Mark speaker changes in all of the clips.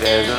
Speaker 1: There's a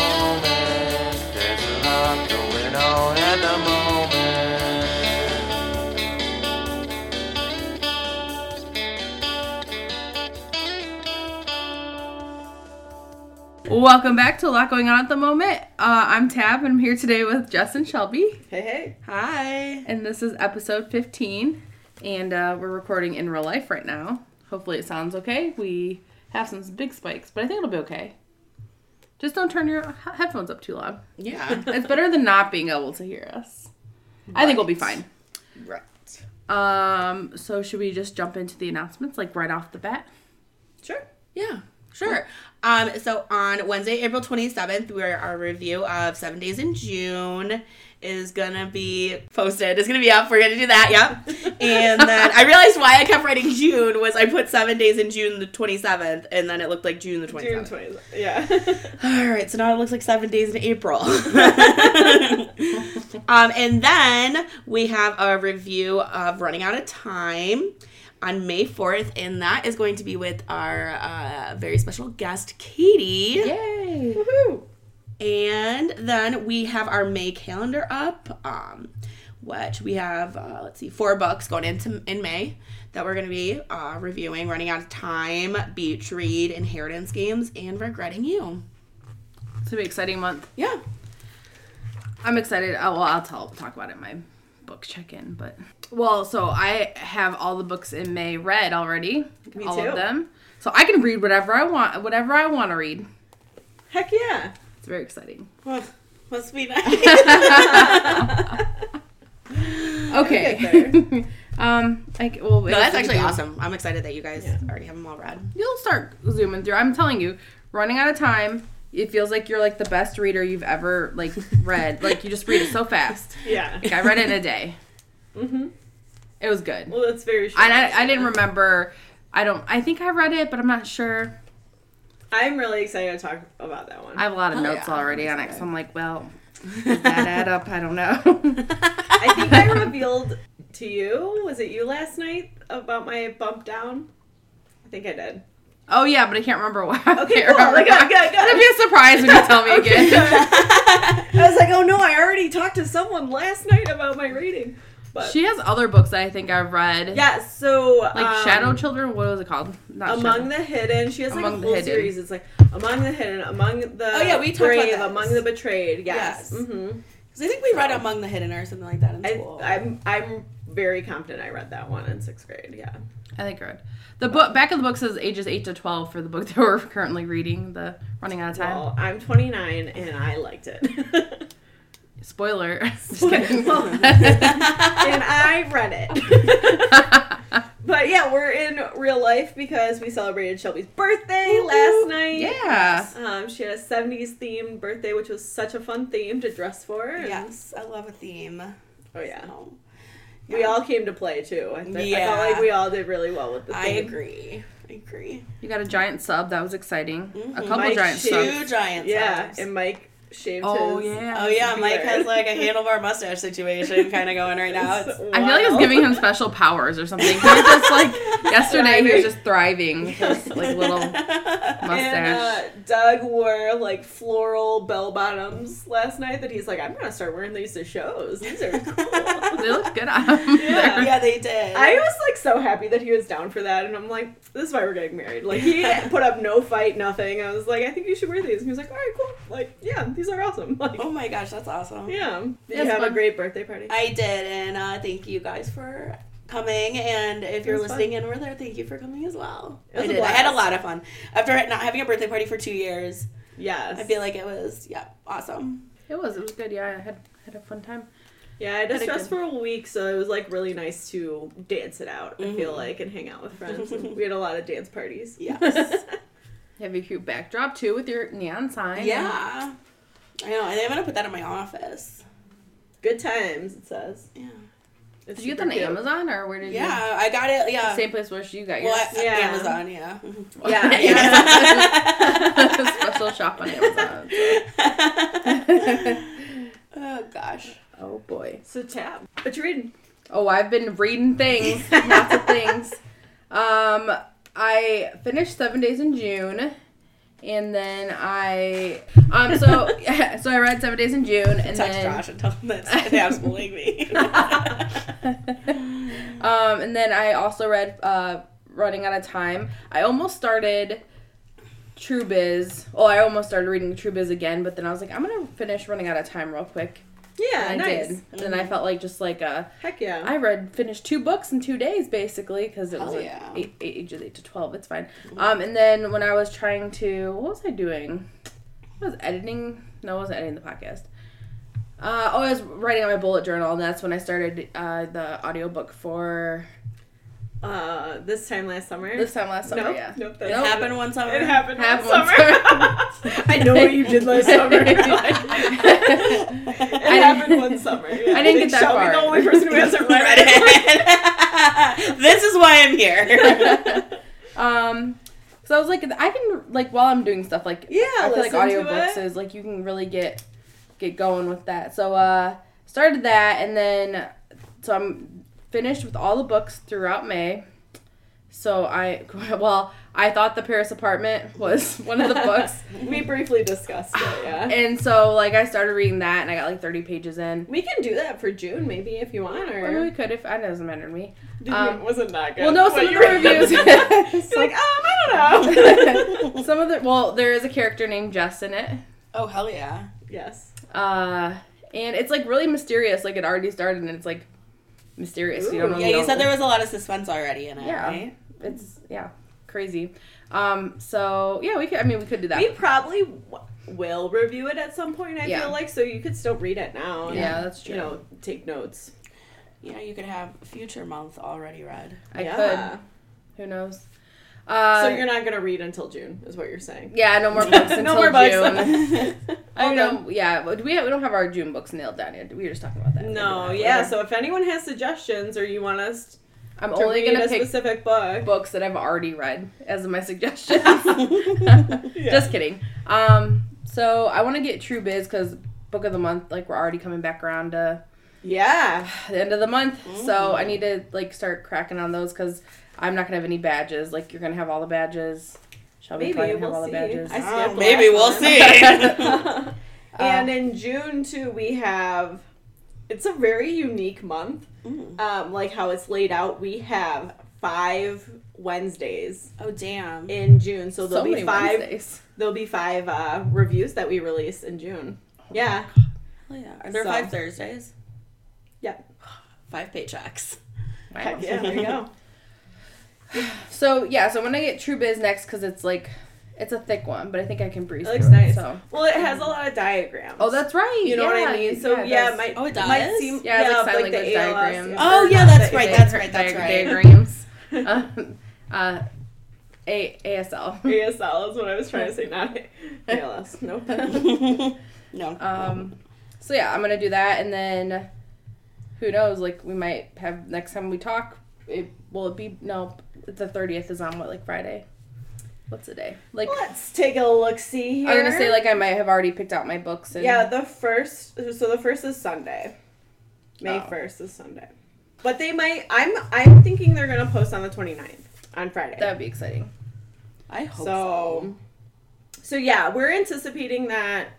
Speaker 1: moment. There's a lot going on at the moment.
Speaker 2: Welcome back to a lot going on at the moment. Uh, I'm Tab, and I'm here today with Justin Shelby,
Speaker 3: Hey, hey.
Speaker 4: Hi.
Speaker 2: and this is episode 15. And uh, we're recording in real life right now. Hopefully, it sounds okay. We have some big spikes, but I think it'll be okay. Just don't turn your he- headphones up too loud.
Speaker 4: Yeah.
Speaker 2: It's better than not being able to hear us. I think we'll be fine.
Speaker 4: right.
Speaker 2: Um, so should we just jump into the announcements like right off the bat?
Speaker 4: Sure. Yeah. Sure. Um, so on Wednesday, April 27th, where our review of Seven Days in June is gonna be posted. It's gonna be up. We're gonna do that. Yep. and then I realized why I kept writing June was I put Seven Days in June the 27th, and then it looked like June the 27th.
Speaker 3: June 20th. Yeah.
Speaker 4: All right, so now it looks like seven days in April. um, and then we have a review of Running Out of Time on May 4th, and that is going to be with our uh, very special guest, Katie.
Speaker 2: Yay!
Speaker 3: Woohoo.
Speaker 4: And then we have our May calendar up, um, which we have, uh, let's see, four books going into in May that we're going to be uh, reviewing Running Out of Time, Beach Read, Inheritance Games, and Regretting You.
Speaker 2: It's gonna be an exciting month.
Speaker 4: Yeah.
Speaker 2: I'm excited. Oh, well, I'll tell, talk about it in my book check-in, but well, so I have all the books in May read already,
Speaker 3: Me
Speaker 2: all of
Speaker 3: too.
Speaker 2: them. So I can read whatever I want, whatever I want to read.
Speaker 3: Heck yeah.
Speaker 2: It's very exciting.
Speaker 4: Well, must be nice.
Speaker 2: Okay.
Speaker 3: get
Speaker 2: um, like well,
Speaker 4: no, that's actually awesome. I'm excited that you guys already have them all read.
Speaker 2: You'll start zooming through. I'm telling you, running out of time. It feels like you're like the best reader you've ever like read. like you just read it so fast.
Speaker 3: Yeah.
Speaker 2: Like I read it in a day.
Speaker 3: hmm
Speaker 2: It was good.
Speaker 3: Well, that's very short.
Speaker 2: And I, I didn't remember. I don't. I think I read it, but I'm not sure.
Speaker 3: I'm really excited to talk about that one.
Speaker 2: I
Speaker 3: I,
Speaker 2: have a lot of
Speaker 4: Oh,
Speaker 2: notes
Speaker 4: yeah.
Speaker 2: already on it,
Speaker 4: Okay.
Speaker 2: so I'm like, well, does that add up? I don't know.
Speaker 3: think I revealed to you, was it you last night, about my bump down? I think I did.
Speaker 2: oh yeah, but I can't remember why. I
Speaker 3: Okay,
Speaker 2: can't
Speaker 3: cool.
Speaker 2: remember
Speaker 3: Good,
Speaker 2: why.
Speaker 3: good, good.
Speaker 2: It'd be a surprise when you tell me
Speaker 3: Okay,
Speaker 2: again.
Speaker 3: good. I was like, oh no, I already talked to someone last night about my rating. But
Speaker 2: She has other books that I think I've read.
Speaker 3: yeah, so
Speaker 2: Like
Speaker 3: um,
Speaker 2: Shadow Children. What was it called? Not
Speaker 3: Among the Hidden. She has like
Speaker 2: Among
Speaker 3: a
Speaker 2: the
Speaker 3: whole
Speaker 2: Hidden.
Speaker 3: series. It's like Among the Hidden, Among the
Speaker 4: Oh, yeah, we talked about
Speaker 3: Brave,
Speaker 4: that.
Speaker 3: Among the Betrayed. Yes.
Speaker 4: Yes.
Speaker 3: hmm
Speaker 4: Because I think we read Among the Hidden or something like that in
Speaker 3: I,
Speaker 4: school.
Speaker 3: I'm I'm very confident I read that one in sixth grade. Yeah.
Speaker 2: I think I read. The book back of the book says ages eight to twelve for the book that we're currently reading. The running out of time.
Speaker 3: Well, I'm 29 and I liked it.
Speaker 2: Spoiler. Just
Speaker 3: Spoiler.
Speaker 2: kidding.
Speaker 3: and I read it. but yeah, we're in real life because we celebrated Shelby's birthday last night.
Speaker 2: yeah.
Speaker 3: Um, she had a 70s themed birthday, which was such a fun theme to dress for. and-
Speaker 4: yes, I love a theme.
Speaker 3: Oh, yeah.
Speaker 4: No,
Speaker 3: We all came to play too. I, thi- I
Speaker 4: Yeah.
Speaker 3: felt like we all did really well with the
Speaker 4: I
Speaker 3: theme.
Speaker 4: agree. I agree.
Speaker 2: You got a giant sub. That was exciting.
Speaker 4: Mhm.
Speaker 2: A couple
Speaker 3: Mike
Speaker 2: giant
Speaker 3: Shue.
Speaker 2: subs.
Speaker 4: Two giants.
Speaker 3: Yeah,
Speaker 4: lives.
Speaker 3: and Mike shaved
Speaker 2: Oh
Speaker 3: his.
Speaker 2: yeah.
Speaker 4: Oh yeah, Mike
Speaker 3: Weird.
Speaker 4: has like a handlebar mustache situation kind of going right now.
Speaker 3: It's
Speaker 4: It's-
Speaker 2: I feel like it's
Speaker 3: wild.
Speaker 2: giving him special powers or something. He was just like yesterday, he
Speaker 3: Thriving.
Speaker 2: was just thriving with his like little mustache.
Speaker 3: And uh, Doug wore like floral bell bottoms last night. That he's like, I'm gonna start wearing these to shows. These are cool.
Speaker 2: they look good on him.
Speaker 3: Yeah.
Speaker 4: yeah, they did.
Speaker 3: I was like so happy that he was down for that, and I'm like, this is why we're getting married. Like he put up no fight, nothing. I was like, I think you should wear these. And he was like, all right, cool. Like yeah, these are awesome. Like
Speaker 4: oh my gosh, that's awesome.
Speaker 3: yeah, did you
Speaker 2: That's
Speaker 3: have a
Speaker 2: fun.
Speaker 3: great birthday party.
Speaker 4: I did, and uh, thank you guys for coming. And if
Speaker 3: It
Speaker 4: you're
Speaker 3: was
Speaker 4: listening and we're there, thank you for coming as well.
Speaker 3: It was
Speaker 4: I
Speaker 3: a
Speaker 4: did. I had a
Speaker 3: blast.
Speaker 4: lot of fun after not having a birthday party for two years.
Speaker 3: yes,
Speaker 4: I feel like it was, yeah, awesome.
Speaker 2: It was, it was good. Yeah, I had had a fun time.
Speaker 3: Yeah, I
Speaker 4: Had
Speaker 3: just
Speaker 4: a
Speaker 3: dressed for a week, so it was like really nice to dance it out. I feel
Speaker 4: Mhm.
Speaker 3: like and hang out with friends. And we had a lot of dance parties.
Speaker 4: Yes.
Speaker 2: You have a cute backdrop too with your neon sign.
Speaker 4: yeah. I know, and I'm gonna put that in my office.
Speaker 3: Good times, it says.
Speaker 4: Yeah.
Speaker 3: It's
Speaker 2: Did you get
Speaker 3: super
Speaker 2: that on
Speaker 3: cute.
Speaker 2: Amazon or where did you?
Speaker 4: Yeah, I got it. Yeah.
Speaker 2: Same place where you got yours.
Speaker 4: Well, I-
Speaker 3: Yeah.
Speaker 4: Amazon, yeah.
Speaker 3: Yeah,
Speaker 2: Yeah.
Speaker 5: gosh.
Speaker 2: Oh boy.
Speaker 3: So tab. What you reading?
Speaker 2: Oh, I've been reading things, lots of things. Um, I finished Seven Days in June, and then I um so so I read Seven Days in June, and
Speaker 4: Text
Speaker 2: then
Speaker 4: Josh and tell him that's absolutely me.
Speaker 2: um and then I also read uh Running Out of Time. I almost started True Biz. Well, I almost started reading True Biz again, but then I was like, I'm gonna finish Running Out of Time real quick.
Speaker 3: Yeah,
Speaker 2: And I
Speaker 3: nice. Mm-hmm.
Speaker 2: did. And then I felt like just like a
Speaker 3: Heck yeah.
Speaker 2: I read finished two books in two days basically because it was
Speaker 4: Hell
Speaker 2: like,
Speaker 4: yeah.
Speaker 2: eight, eight, ages eight to twelve. It's fine. Um, and then when I was trying to, what was I doing? I was editing. No, I wasn't editing the podcast. Uh, oh, I was writing on my bullet journal, and that's when I started uh, the audiobook for
Speaker 3: uh, this time last summer.
Speaker 2: this time last summer.
Speaker 3: Nope,
Speaker 2: Yeah,
Speaker 3: nope,
Speaker 2: It
Speaker 3: that's
Speaker 4: It happened one summer.
Speaker 3: It happened
Speaker 2: Happened
Speaker 3: last summer. I know what you did last summer. it happened one summer. Yeah,
Speaker 2: I didn't get
Speaker 3: think
Speaker 2: that
Speaker 3: Shelby
Speaker 2: far.
Speaker 3: the only person who hasn't read
Speaker 4: Read
Speaker 3: it.
Speaker 4: it. this is why I'm here.
Speaker 2: Um, so I was like, I can like while I'm doing stuff like
Speaker 3: Yeah,
Speaker 2: I feel like
Speaker 3: listen to
Speaker 2: audiobooks
Speaker 3: it.
Speaker 2: is like you can really get get going with that. So uh started that and then so I'm finished with all the books throughout May. So I well, I thought The Paris Apartment was one of the books.
Speaker 3: We briefly discussed it, yeah.
Speaker 2: and so like I started reading that and I got like 30 pages in.
Speaker 3: We can do that for June, maybe, if you want.
Speaker 2: Or we
Speaker 3: Or
Speaker 2: could if I know it doesn't matter to me.
Speaker 3: Did
Speaker 2: um,
Speaker 3: you, wasn't that good?
Speaker 2: Well, no,
Speaker 3: What
Speaker 2: some of
Speaker 3: you
Speaker 2: the
Speaker 3: read?
Speaker 2: reviews.
Speaker 3: You're
Speaker 2: some,
Speaker 3: like, um, I don't know.
Speaker 2: some of the well, there is a character named Jess in it.
Speaker 4: oh hell yeah!
Speaker 3: yes.
Speaker 2: Uh, and it's like really mysterious. Like it already started, and it's like mysterious. you don't
Speaker 3: Ooh.
Speaker 2: know.
Speaker 4: Yeah, you said there was a lot of suspense already in it.
Speaker 2: Yeah.
Speaker 4: Right?
Speaker 2: It's yeah, crazy. Um, so yeah, we could. I mean, we could do that.
Speaker 3: We probably w- will review it at some point, I
Speaker 2: Yeah.
Speaker 3: feel like, so you could still read it now. and,
Speaker 2: yeah, that's true.
Speaker 3: You know, take notes.
Speaker 4: You know, you could have future month already read.
Speaker 2: I
Speaker 3: Yeah.
Speaker 2: could. Who knows? Uh,
Speaker 3: so you're not going to read until June, is what you're saying.
Speaker 2: yeah, no more books until
Speaker 3: no more books.
Speaker 2: June.
Speaker 3: Oh,
Speaker 2: oh
Speaker 3: no.
Speaker 2: no, yeah. but Do we? Have, we don't have our June books nailed down yet. We were just talking about that.
Speaker 3: No,
Speaker 2: We'll do that
Speaker 3: yeah.
Speaker 2: later.
Speaker 3: So if anyone has suggestions or you want us
Speaker 2: I'm
Speaker 3: to
Speaker 2: only
Speaker 3: read
Speaker 2: gonna
Speaker 3: a
Speaker 2: pick
Speaker 3: specific book,
Speaker 2: books that I've already read as my suggestions.
Speaker 4: Mm.
Speaker 3: Yeah.
Speaker 2: Just kidding. Um, so I want to get True Biz because book of the month. Like we're already coming back around to
Speaker 3: yeah,
Speaker 2: the end of the month. So
Speaker 3: Mm.
Speaker 2: I need to like start cracking on those because I'm not gonna have any badges. Like you're gonna have all the badges. Shelby
Speaker 3: maybe
Speaker 2: probably gonna
Speaker 3: we'll see.
Speaker 2: have all the badges.
Speaker 3: I
Speaker 4: Oh,
Speaker 3: skipped
Speaker 4: maybe we'll see.
Speaker 3: last time. and
Speaker 2: Uh,
Speaker 3: in June too, we have. It's a very unique month,
Speaker 4: Mm.
Speaker 3: um, like how it's laid out. We have five Wednesdays
Speaker 4: Oh damn!
Speaker 3: in June, so
Speaker 2: so
Speaker 3: there'll
Speaker 2: many
Speaker 3: be five.
Speaker 2: Wednesdays.
Speaker 3: There'll be five uh, reviews that we release in June. yeah,
Speaker 4: Hell yeah! Are there
Speaker 3: So-
Speaker 4: five Thursdays?
Speaker 3: Yep.
Speaker 4: Five paychecks.
Speaker 2: Wow.
Speaker 3: Heck yeah, there you go.
Speaker 2: So yeah, so I'm gonna get True Biz next because it's like it's a thick one, but I think I can breeze
Speaker 3: It looks
Speaker 2: through
Speaker 3: nice.
Speaker 2: it. So
Speaker 3: Well, it has a lot of diagrams.
Speaker 2: oh, that's right.
Speaker 3: You know what I
Speaker 2: Yeah,
Speaker 3: mean? So yeah,
Speaker 2: it
Speaker 3: it might,
Speaker 4: Oh, it
Speaker 3: might
Speaker 4: does?
Speaker 3: seem
Speaker 2: Yeah, it's like sign
Speaker 3: the
Speaker 2: language
Speaker 3: ALS,
Speaker 2: diagrams.
Speaker 4: Oh,
Speaker 3: or
Speaker 4: yeah,
Speaker 3: not
Speaker 4: that's
Speaker 3: the
Speaker 2: does.
Speaker 4: right,
Speaker 3: ALS.
Speaker 4: that's right, that's
Speaker 2: Diag-
Speaker 4: right.
Speaker 2: Diagrams. um, uh, a- ASL.
Speaker 3: ASL is what I was trying to say, not ALS. Nope.
Speaker 4: no.
Speaker 2: Um, so yeah, I'm gonna do that, and then who knows? Like we might have next time we talk. It will it be no? The thirtieth is on what like Friday. What's the day? Like
Speaker 3: Let's take a look. See here.
Speaker 2: I'm gonna say like I might have already picked out my books. And,
Speaker 3: yeah, the first. So the first is Sunday. May
Speaker 2: Oh.
Speaker 3: first is Sunday, but they might. I'm I'm thinking they're gonna post on the 29th on Friday.
Speaker 2: that would be exciting.
Speaker 4: I hope so.
Speaker 3: so, so yeah, we're anticipating that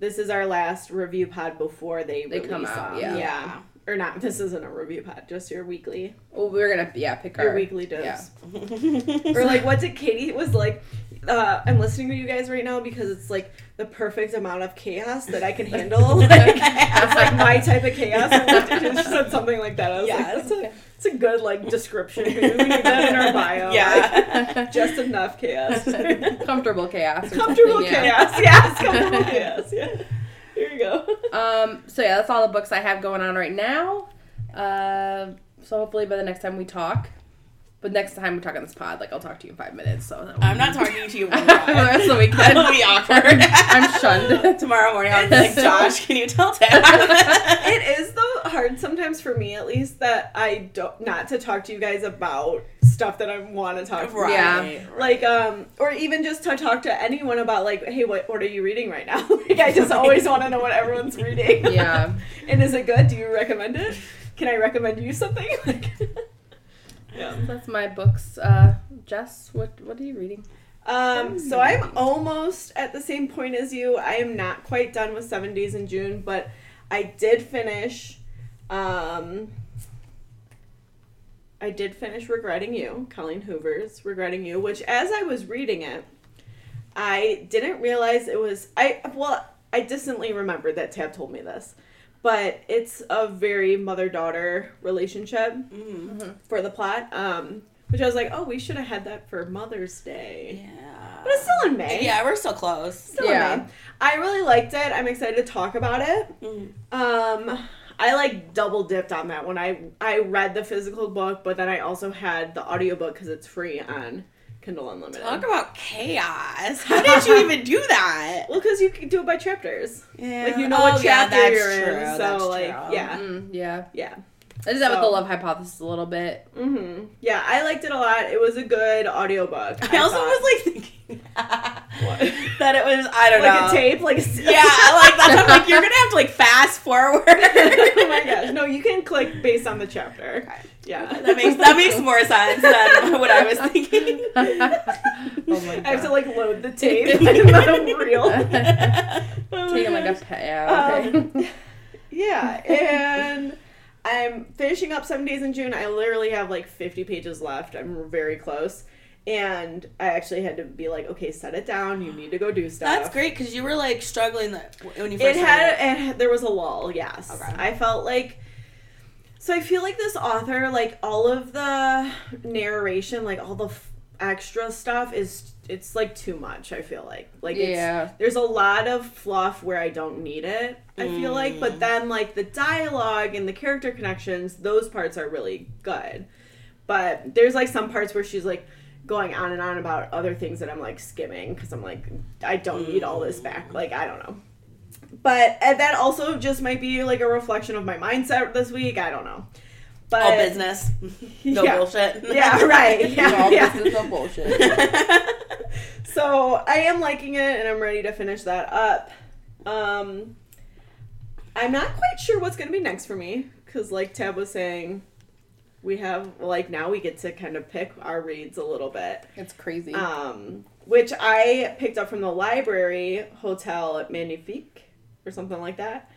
Speaker 3: this is our last review pod before they,
Speaker 2: They
Speaker 3: release
Speaker 2: come out, yeah.
Speaker 3: them. yeah. Or not. This isn't a review pod. Just your weekly.
Speaker 2: Well, we're gonna yeah pick
Speaker 3: your
Speaker 2: our
Speaker 3: weekly dose.
Speaker 2: yeah.
Speaker 3: Or like what did Katie was like uh, I'm listening to you guys right now because it's like the perfect amount of chaos that I can handle. Like, that's like my type of chaos. And what did you- she said something like that. I was
Speaker 4: Yes.
Speaker 3: like, that's a, that's a good like description. We need that in our bio.
Speaker 4: Yeah.
Speaker 3: Like, just enough chaos.
Speaker 2: comfortable chaos. or
Speaker 3: comfortable
Speaker 2: something, yeah.
Speaker 3: chaos. Yes, comfortable chaos. Yeah. Here you go.
Speaker 2: Um, so yeah, that's all the books I have going on right now. Uh, so hopefully by the next time we talk, But next time we talk on this pod, like I'll talk to you in five minutes. So that
Speaker 4: I'm not talking to you one
Speaker 2: the rest of the weekend.
Speaker 4: That'll be awkward.
Speaker 2: I'm shunned.
Speaker 4: Tomorrow morning, I'll be like, Josh, can you tell Dad?
Speaker 3: It is though hard sometimes for me at least that I don't not to talk to you guys about stuff that I want to talk. About.
Speaker 4: right.
Speaker 2: Yeah.
Speaker 3: Like um, or even just to talk to anyone about like, hey, what what are you reading right now? like I just always want to know what everyone's reading.
Speaker 2: Yeah.
Speaker 3: And is it good? Do you recommend it? Can I recommend you something? Like, yeah.
Speaker 2: That's my books. Uh, Jess, what what are you reading?
Speaker 3: Um, so I'm almost at the same point as you. I am not quite done with Seven Days in June, but I did finish. Um, I did finish Regretting You, Colleen Hoover's Regretting You, which as I was reading it, I didn't realize it was. I well, I distantly remembered that Tab told me this, but it's a very mother daughter relationship
Speaker 4: mm,
Speaker 3: for the plot. Um, which I was like, oh, we should have had that for Mother's Day.
Speaker 4: Yeah.
Speaker 3: But it's still in May.
Speaker 4: Yeah, we're still close.
Speaker 3: Still
Speaker 2: Yeah.
Speaker 3: in May. I really liked it. I'm excited to talk about it.
Speaker 4: Mm.
Speaker 3: Um I like double dipped on that one. I I read the physical book, but then I also had the audiobook cuz it's free on Kindle Unlimited.
Speaker 4: Talk about chaos. How did you even do that?
Speaker 3: well, because you can do it by chapters.
Speaker 4: Yeah.
Speaker 3: Like you know
Speaker 4: Oh,
Speaker 3: what
Speaker 4: yeah,
Speaker 3: chapter
Speaker 4: that's
Speaker 3: you're in,
Speaker 4: true,
Speaker 3: so
Speaker 4: that's
Speaker 3: like
Speaker 4: true.
Speaker 3: yeah,
Speaker 2: Mm, yeah,
Speaker 3: yeah.
Speaker 2: I did that with the
Speaker 3: So-
Speaker 2: love hypothesis a little bit.
Speaker 3: hmm Yeah, I liked it a lot. It was a good audiobook.
Speaker 4: I also
Speaker 3: thought.
Speaker 4: was like thinking that it was I don't know.
Speaker 3: like a tape, like a s-
Speaker 4: Yeah, like that's I'm like you're gonna have to like fast forward.
Speaker 3: oh my gosh! No, you can click based on the chapter.
Speaker 4: Okay.
Speaker 3: Yeah,
Speaker 4: That makes that makes more sense than what I was thinking.
Speaker 2: Oh my
Speaker 3: I have to
Speaker 2: god.
Speaker 3: like load the tape. I'm not real.
Speaker 2: Taking like a pe- yeah, okay.
Speaker 3: yeah, and I'm finishing up Seven Days in June. I literally have like 50 pages left. I'm very close. And I actually had to be like, okay, set it down. You need to go do stuff.
Speaker 4: That's great because you were like struggling that when you
Speaker 3: It
Speaker 4: first started.
Speaker 3: had, it, there was a lull, yes.
Speaker 4: Okay.
Speaker 3: I felt like, so I feel like this author, like all of the narration, like all the f- extra stuff is, it's like too much, I feel like. Like, it's,
Speaker 2: yeah.
Speaker 3: there's a lot of fluff where I don't need it, I feel like.
Speaker 4: Mm.
Speaker 3: But then, like, the dialogue and the character connections, those parts are really good. But there's, like, some parts where she's, like, going on and on about other things that I'm, like, skimming because I'm, like, I don't need all this back. Like, I don't know. But and that also just might be, like, a reflection of my mindset this week. I don't know. But
Speaker 4: all business, no
Speaker 3: uh, Yeah.
Speaker 4: bullshit.
Speaker 3: Yeah, right. Yeah,
Speaker 2: All
Speaker 3: yeah.
Speaker 2: business, no bullshit.
Speaker 3: so I am liking it, and I'm ready to finish that up. Um, I'm not quite sure what's gonna be next for me, cause like Tab was saying, we have like now we get to kind of pick our reads a little bit.
Speaker 2: It's crazy.
Speaker 3: Um, which I picked up from the library hotel at Magnifique or something like that.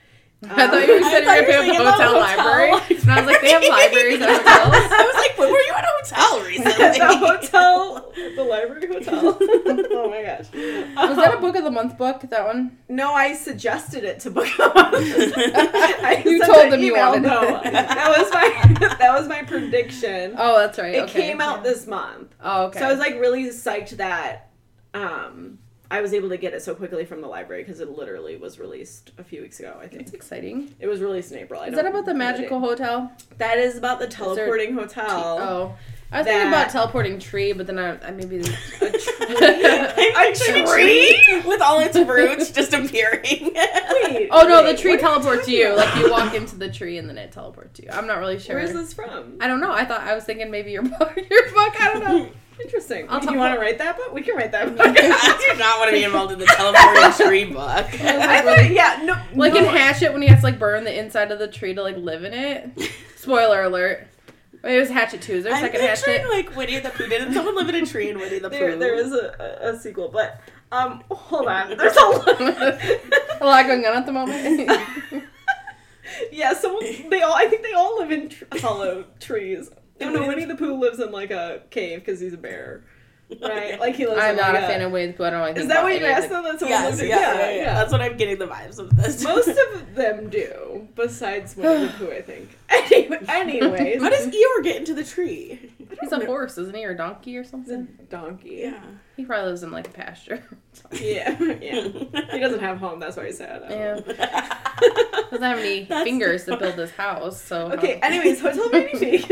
Speaker 2: I thought you
Speaker 3: Um,
Speaker 2: were sitting
Speaker 4: thought
Speaker 2: there
Speaker 4: you were
Speaker 2: paying
Speaker 4: saying
Speaker 2: the
Speaker 4: about
Speaker 2: hotel,
Speaker 4: hotel
Speaker 2: library. And I was like, they have libraries at hotels.
Speaker 4: I was like, when were you at a hotel recently?
Speaker 3: the hotel, the library hotel. oh my gosh! Um,
Speaker 2: Was that a book of the month book? That one?
Speaker 3: No, I suggested it to book I
Speaker 2: You
Speaker 3: sent
Speaker 2: told
Speaker 3: an
Speaker 2: them you
Speaker 3: email,
Speaker 2: wanted it.
Speaker 3: though. That was my that was my prediction.
Speaker 2: Oh, that's right.
Speaker 3: it
Speaker 2: okay.
Speaker 3: came out this month,
Speaker 2: Oh, okay.
Speaker 3: so I was like really psyched that um, I was able to get it so quickly from the library because it literally was released a few weeks ago. I
Speaker 2: it's
Speaker 3: think
Speaker 2: exciting.
Speaker 3: it was released in April. I
Speaker 2: Is that
Speaker 3: don't
Speaker 2: about the
Speaker 3: know
Speaker 2: magical
Speaker 3: date.
Speaker 2: hotel?
Speaker 3: That is about the
Speaker 2: there-
Speaker 3: teleporting hotel.
Speaker 2: Oh. I was thinking
Speaker 3: That-
Speaker 2: about teleporting tree, but then I, I maybe.
Speaker 3: A tree.
Speaker 4: I'm
Speaker 3: A
Speaker 4: picturing
Speaker 3: tree?
Speaker 4: with all its roots just appearing.
Speaker 3: Wait,
Speaker 2: Oh no,
Speaker 3: wait,
Speaker 2: the tree
Speaker 3: what-
Speaker 2: teleports you. Like you walk into the tree and then it teleports you. I'm not really sure.
Speaker 3: Where is this from?
Speaker 2: I don't know. I thought I was thinking maybe your book. Your book. I don't know.
Speaker 3: Interesting.
Speaker 2: I'll
Speaker 3: Do
Speaker 2: talk
Speaker 3: you want to
Speaker 2: about-
Speaker 3: write that book? We can write that book.
Speaker 4: I do not want to be involved in the teleporting tree book.
Speaker 3: I thought, yeah, no,
Speaker 2: Like
Speaker 3: no,
Speaker 2: in Hatchet, when he has to like burn the inside of the tree to like live in it. Spoiler alert. Wait, it was Hatchet Two. Is there a
Speaker 4: I'm
Speaker 2: second
Speaker 4: picturing
Speaker 2: Hatchet?
Speaker 4: like Winnie the Pooh. Didn't someone live in a tree in Winnie the Pooh?
Speaker 3: there, there is a, a a sequel, but um, hold on. There's a lot.
Speaker 2: A lot going on at the moment.
Speaker 3: yeah, someone they all. I think they all live in tr- hollow trees. No, no, Winnie the Pooh lives in like a cave because he's a bear. right? Like he lives.
Speaker 2: I'm
Speaker 3: in
Speaker 2: not a
Speaker 3: like
Speaker 2: fan of Winnie the Pooh. I don't like
Speaker 3: Is
Speaker 2: think
Speaker 3: that
Speaker 2: about
Speaker 3: what
Speaker 2: any
Speaker 3: you
Speaker 2: of
Speaker 3: asked
Speaker 2: the-
Speaker 3: them? That's what
Speaker 4: Yes,
Speaker 3: we're
Speaker 4: yeah, yeah,
Speaker 3: looking-
Speaker 4: yeah, That's what I'm getting the vibes of this.
Speaker 3: Most of them do, besides Winnie the Pooh, I think. Anyway, anyways,
Speaker 4: How does Eeyore get into the tree?
Speaker 2: He's a horse, isn't he, or a donkey or
Speaker 3: the
Speaker 2: something?
Speaker 3: donkey?
Speaker 4: Yeah.
Speaker 2: He probably lives in like a pasture.
Speaker 3: yeah, yeah. He doesn't have home. That's why he's sad. I don't know.
Speaker 2: yeah, doesn't have any
Speaker 4: That's-
Speaker 2: fingers to build this house. So
Speaker 3: Okay. Anyways, Hotel Mini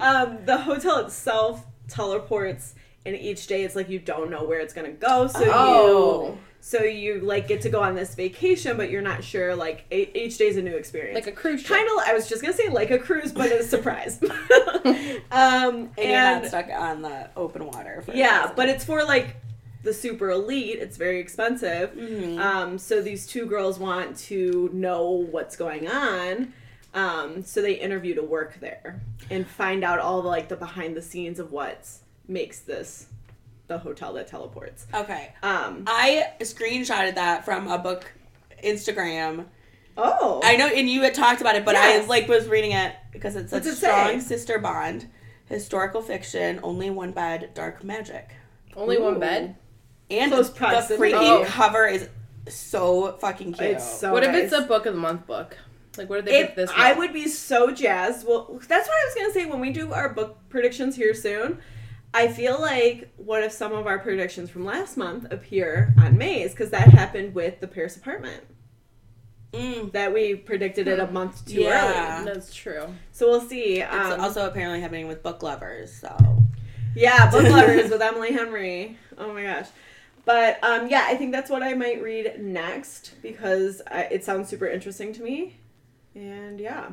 Speaker 3: Um, the hotel itself teleports, and each day it's like you don't know where it's gonna go. So you,
Speaker 2: Oh,
Speaker 3: so you like get to go on this vacation, but you're not sure. Like e- each day's a new experience.
Speaker 2: like a cruise ship.
Speaker 3: kind of. I was just gonna say like a cruise, but it's a surprise. um,
Speaker 4: and you're not
Speaker 3: and
Speaker 4: stuck on the open water. For
Speaker 3: yeah, but it's for like the super elite. It's very expensive.
Speaker 4: Mm-hmm.
Speaker 2: Mm-hmm.
Speaker 3: Um, so these two girls want to know what's going on. Um, so they interview to work there and find out all the like the behind the scenes of what makes this the hotel that teleports.
Speaker 4: okay.
Speaker 3: Um,
Speaker 4: I screenshotted that from a book Instagram.
Speaker 3: oh,
Speaker 4: I know, and you had talked about it, but I
Speaker 3: Yes.
Speaker 4: like was reading it because it's such
Speaker 3: What's
Speaker 4: a
Speaker 3: it
Speaker 4: strong
Speaker 3: say?
Speaker 4: sister bond. Historical fiction, only one bed, dark magic,
Speaker 2: Only
Speaker 3: Ooh.
Speaker 2: one bed.
Speaker 4: and
Speaker 3: Close
Speaker 4: the
Speaker 3: proximity.
Speaker 4: freaking
Speaker 2: Oh.
Speaker 4: cover is so fucking cute.
Speaker 3: it's so.
Speaker 2: what
Speaker 3: nice.
Speaker 2: if it's a book of the month book? Like, what did they
Speaker 3: If
Speaker 2: pick this?
Speaker 3: I
Speaker 2: month?
Speaker 3: would be so jazzed. Well, that's what I was gonna say when we do our book predictions here soon. I feel like what if some of our predictions from last month appear on May's because that happened with the Paris apartment
Speaker 4: Mm,
Speaker 3: that we predicted
Speaker 2: Hmm.
Speaker 3: it a month too
Speaker 4: Yeah.
Speaker 3: early.
Speaker 2: That's true.
Speaker 3: So we'll see.
Speaker 4: it's
Speaker 3: Um,
Speaker 4: also apparently happening with book lovers. So
Speaker 3: yeah, book lovers with Emily Henry. Oh my gosh. But um, yeah, I think that's what I might read next because I, it sounds super interesting to me. And yeah.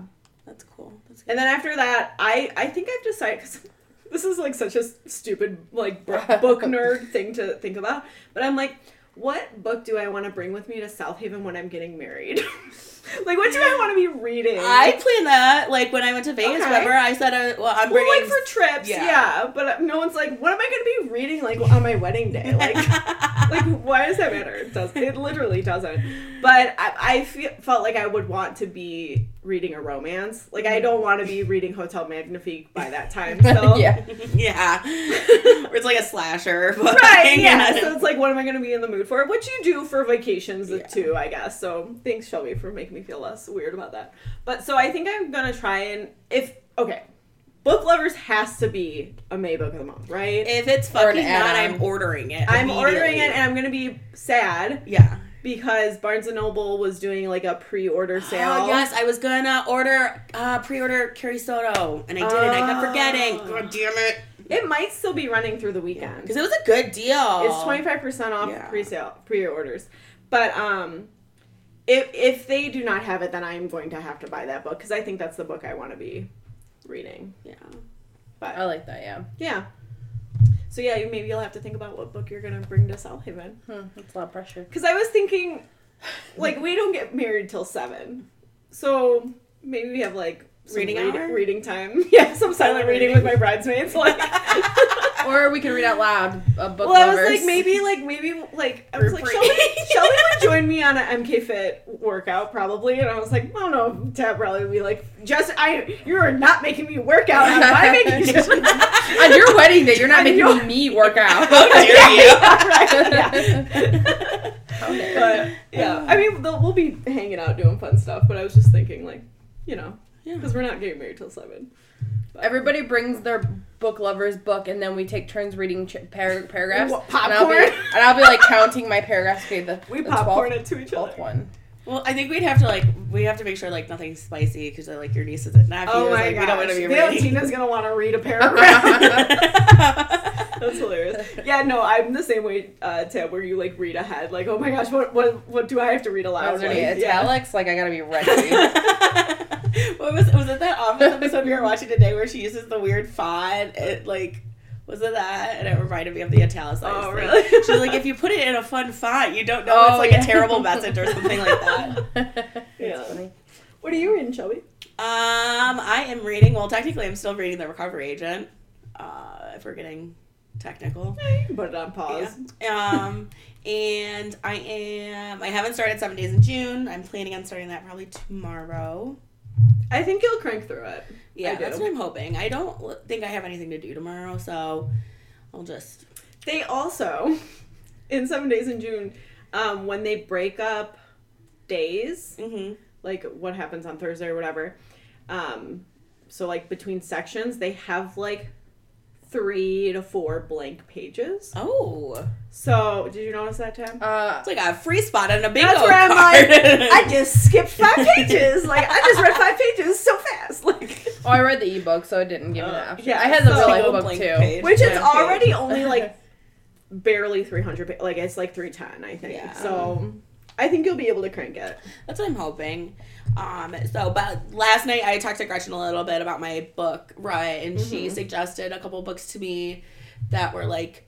Speaker 4: that's cool. That's good.
Speaker 3: And then after that, I I think I've decided because this is like such a s- stupid like bro- book nerd thing to think about. But I'm like, what book do I want to bring with me to South Haven when I'm getting married? like, what do I want to be reading?
Speaker 4: I plan that like when I went to Vegas.
Speaker 3: Okay.
Speaker 4: Whatever I said, I, well, I'm
Speaker 3: well,
Speaker 4: bringing.
Speaker 3: like for trips,
Speaker 4: yeah.
Speaker 3: yeah. But uh, no one's like, what am I going to be reading like on my wedding day? Like, like why does that matter? It does. It literally doesn't. But I, I feel, felt like I would want to be reading a romance. Like I don't want to be reading Hotel Magnifique by that time. So
Speaker 2: yeah.
Speaker 4: yeah, or it's like a slasher. But
Speaker 3: Right, yeah. So it's like, what am I going to be in the mood for? What you do for vacations,
Speaker 4: Yeah.
Speaker 3: too, I guess. So thanks, Shelby, for making me feel less weird about that. But so I think I'm going to try and if okay, book lovers has to be a May book of the month, right?
Speaker 4: If it's
Speaker 2: Or an
Speaker 4: fucking not,
Speaker 2: add-on.
Speaker 4: I'm ordering it.
Speaker 3: I'm ordering
Speaker 4: immediately.
Speaker 3: it, and I'm going to be sad
Speaker 4: yeah.
Speaker 3: because Barnes and Noble was doing like a pre-order sale.
Speaker 4: Oh yes, I was gonna order uh, pre-order Carrie Soto, and I did not I kept
Speaker 3: Oh.
Speaker 4: forgetting. God damn it!
Speaker 3: It might still be running through the weekend.
Speaker 4: Because it was a good deal.
Speaker 3: It's twenty five percent off
Speaker 4: Yeah.
Speaker 3: pre-sale pre-orders, but um, if if they do not have it, then I'm going to have to buy that book because I think that's the book I want to be reading.
Speaker 4: Yeah.
Speaker 2: I
Speaker 3: But
Speaker 2: like that. Yeah,
Speaker 3: yeah, so yeah, you- maybe you'll have to think about what book you're gonna bring to South Haven
Speaker 2: hmm, that's a lot of pressure.
Speaker 3: because I was thinking, like we don't get married till seven, so maybe we have like. some
Speaker 4: Reading
Speaker 3: read-
Speaker 4: hour?
Speaker 3: reading time. Yeah, some silent reading with my bridesmaids. Like,
Speaker 2: Or we can read out loud a book.
Speaker 3: Well, I was
Speaker 2: lovers.
Speaker 3: like, maybe, like, maybe, like, I was
Speaker 4: Group
Speaker 3: like,
Speaker 4: reading.
Speaker 3: Shelby, Shelby would join me on an MK Fit workout probably, and I was like, I don't know, Tab probably would be like, just I, you are not making me work out. Am I making you?
Speaker 2: on your wedding day, you're not
Speaker 3: On
Speaker 2: making
Speaker 3: your-
Speaker 2: me work out.
Speaker 4: How dare Oh, you?
Speaker 3: yeah, right, yeah.
Speaker 2: How dare you.
Speaker 3: but yeah, I mean, they'll- we'll be hanging out doing fun stuff, but I was just thinking, like, you know,
Speaker 4: Yeah.
Speaker 3: because we're not getting married till seven. But-
Speaker 2: Everybody brings their book lover's book, and then we take turns reading ch- par- paragraphs.
Speaker 3: What,
Speaker 2: And I'll, be,
Speaker 3: popcorn?
Speaker 2: and I'll be like counting my paragraphs. Okay, the
Speaker 3: we
Speaker 2: the
Speaker 3: popcorn
Speaker 2: 12th
Speaker 3: it to each
Speaker 2: 12th
Speaker 3: other.
Speaker 2: one.
Speaker 4: Well, I think we'd have to like we have to make sure like nothing's spicy because like your nieces and nephews.
Speaker 3: Oh my
Speaker 4: like, We don't want
Speaker 3: gosh,
Speaker 4: to be reading.
Speaker 3: Leotina's gonna want to read a paragraph. That's hilarious. Yeah, no, I'm the same way, uh, Tab, where you like read ahead, like, oh my gosh, what what what do I have to read aloud?
Speaker 2: Is there any
Speaker 3: Like, yeah.
Speaker 2: italics? Like I gotta be ready.
Speaker 4: what was was it that office episode we were watching today where she uses the weird font? It like was it that? And it reminded me of the italicized.
Speaker 3: Oh,
Speaker 4: thing.
Speaker 3: really?
Speaker 4: She was like, if you put it in a fun font, you don't know
Speaker 2: Oh,
Speaker 4: it's like
Speaker 2: yeah.
Speaker 4: a terrible message or something like that. Um,
Speaker 3: Yeah.
Speaker 2: It's funny.
Speaker 3: What are you reading, Shelby?
Speaker 4: Um, I am reading. Well, technically, I'm still reading the Recovery Agent. Uh, if we're getting technical.
Speaker 3: You can put it on pause.
Speaker 4: Um, and I am. I haven't started Seven Days in June. I'm planning on starting that probably tomorrow.
Speaker 3: I think you'll crank through it.
Speaker 4: Yeah,
Speaker 3: I do.
Speaker 4: that's what I'm hoping. I don't l- think I have anything to do tomorrow, so I'll just.
Speaker 3: They also, in Seven Days in June, um, when they break up days,
Speaker 4: Mm-hmm.
Speaker 3: like what happens on Thursday or whatever, um, so like between sections, they have like three to four blank pages.
Speaker 4: Oh,
Speaker 3: So did you notice that, Tim?
Speaker 2: Uh,
Speaker 4: it's like a free spot on a bingo
Speaker 3: That's where I'm
Speaker 4: card.
Speaker 3: I just skipped five pages. Like I just read five pages so fast. Like
Speaker 2: oh, I read the ebook, so it didn't give me that
Speaker 3: Uh,
Speaker 2: option.
Speaker 3: yeah,
Speaker 2: I had the
Speaker 3: so-
Speaker 2: real life
Speaker 4: Go
Speaker 2: book
Speaker 4: blank
Speaker 2: too.
Speaker 4: page.
Speaker 3: which is
Speaker 4: Blank
Speaker 3: already
Speaker 4: page.
Speaker 3: only like barely 300 pa- like it's like 310 i think
Speaker 4: Yeah.
Speaker 3: so i think you'll be able to crank it
Speaker 4: That's what I'm hoping. Um, so, but last night I talked to Gretchen a little bit about my book rut, and she
Speaker 3: Mm-hmm.
Speaker 4: suggested a couple books to me that were like,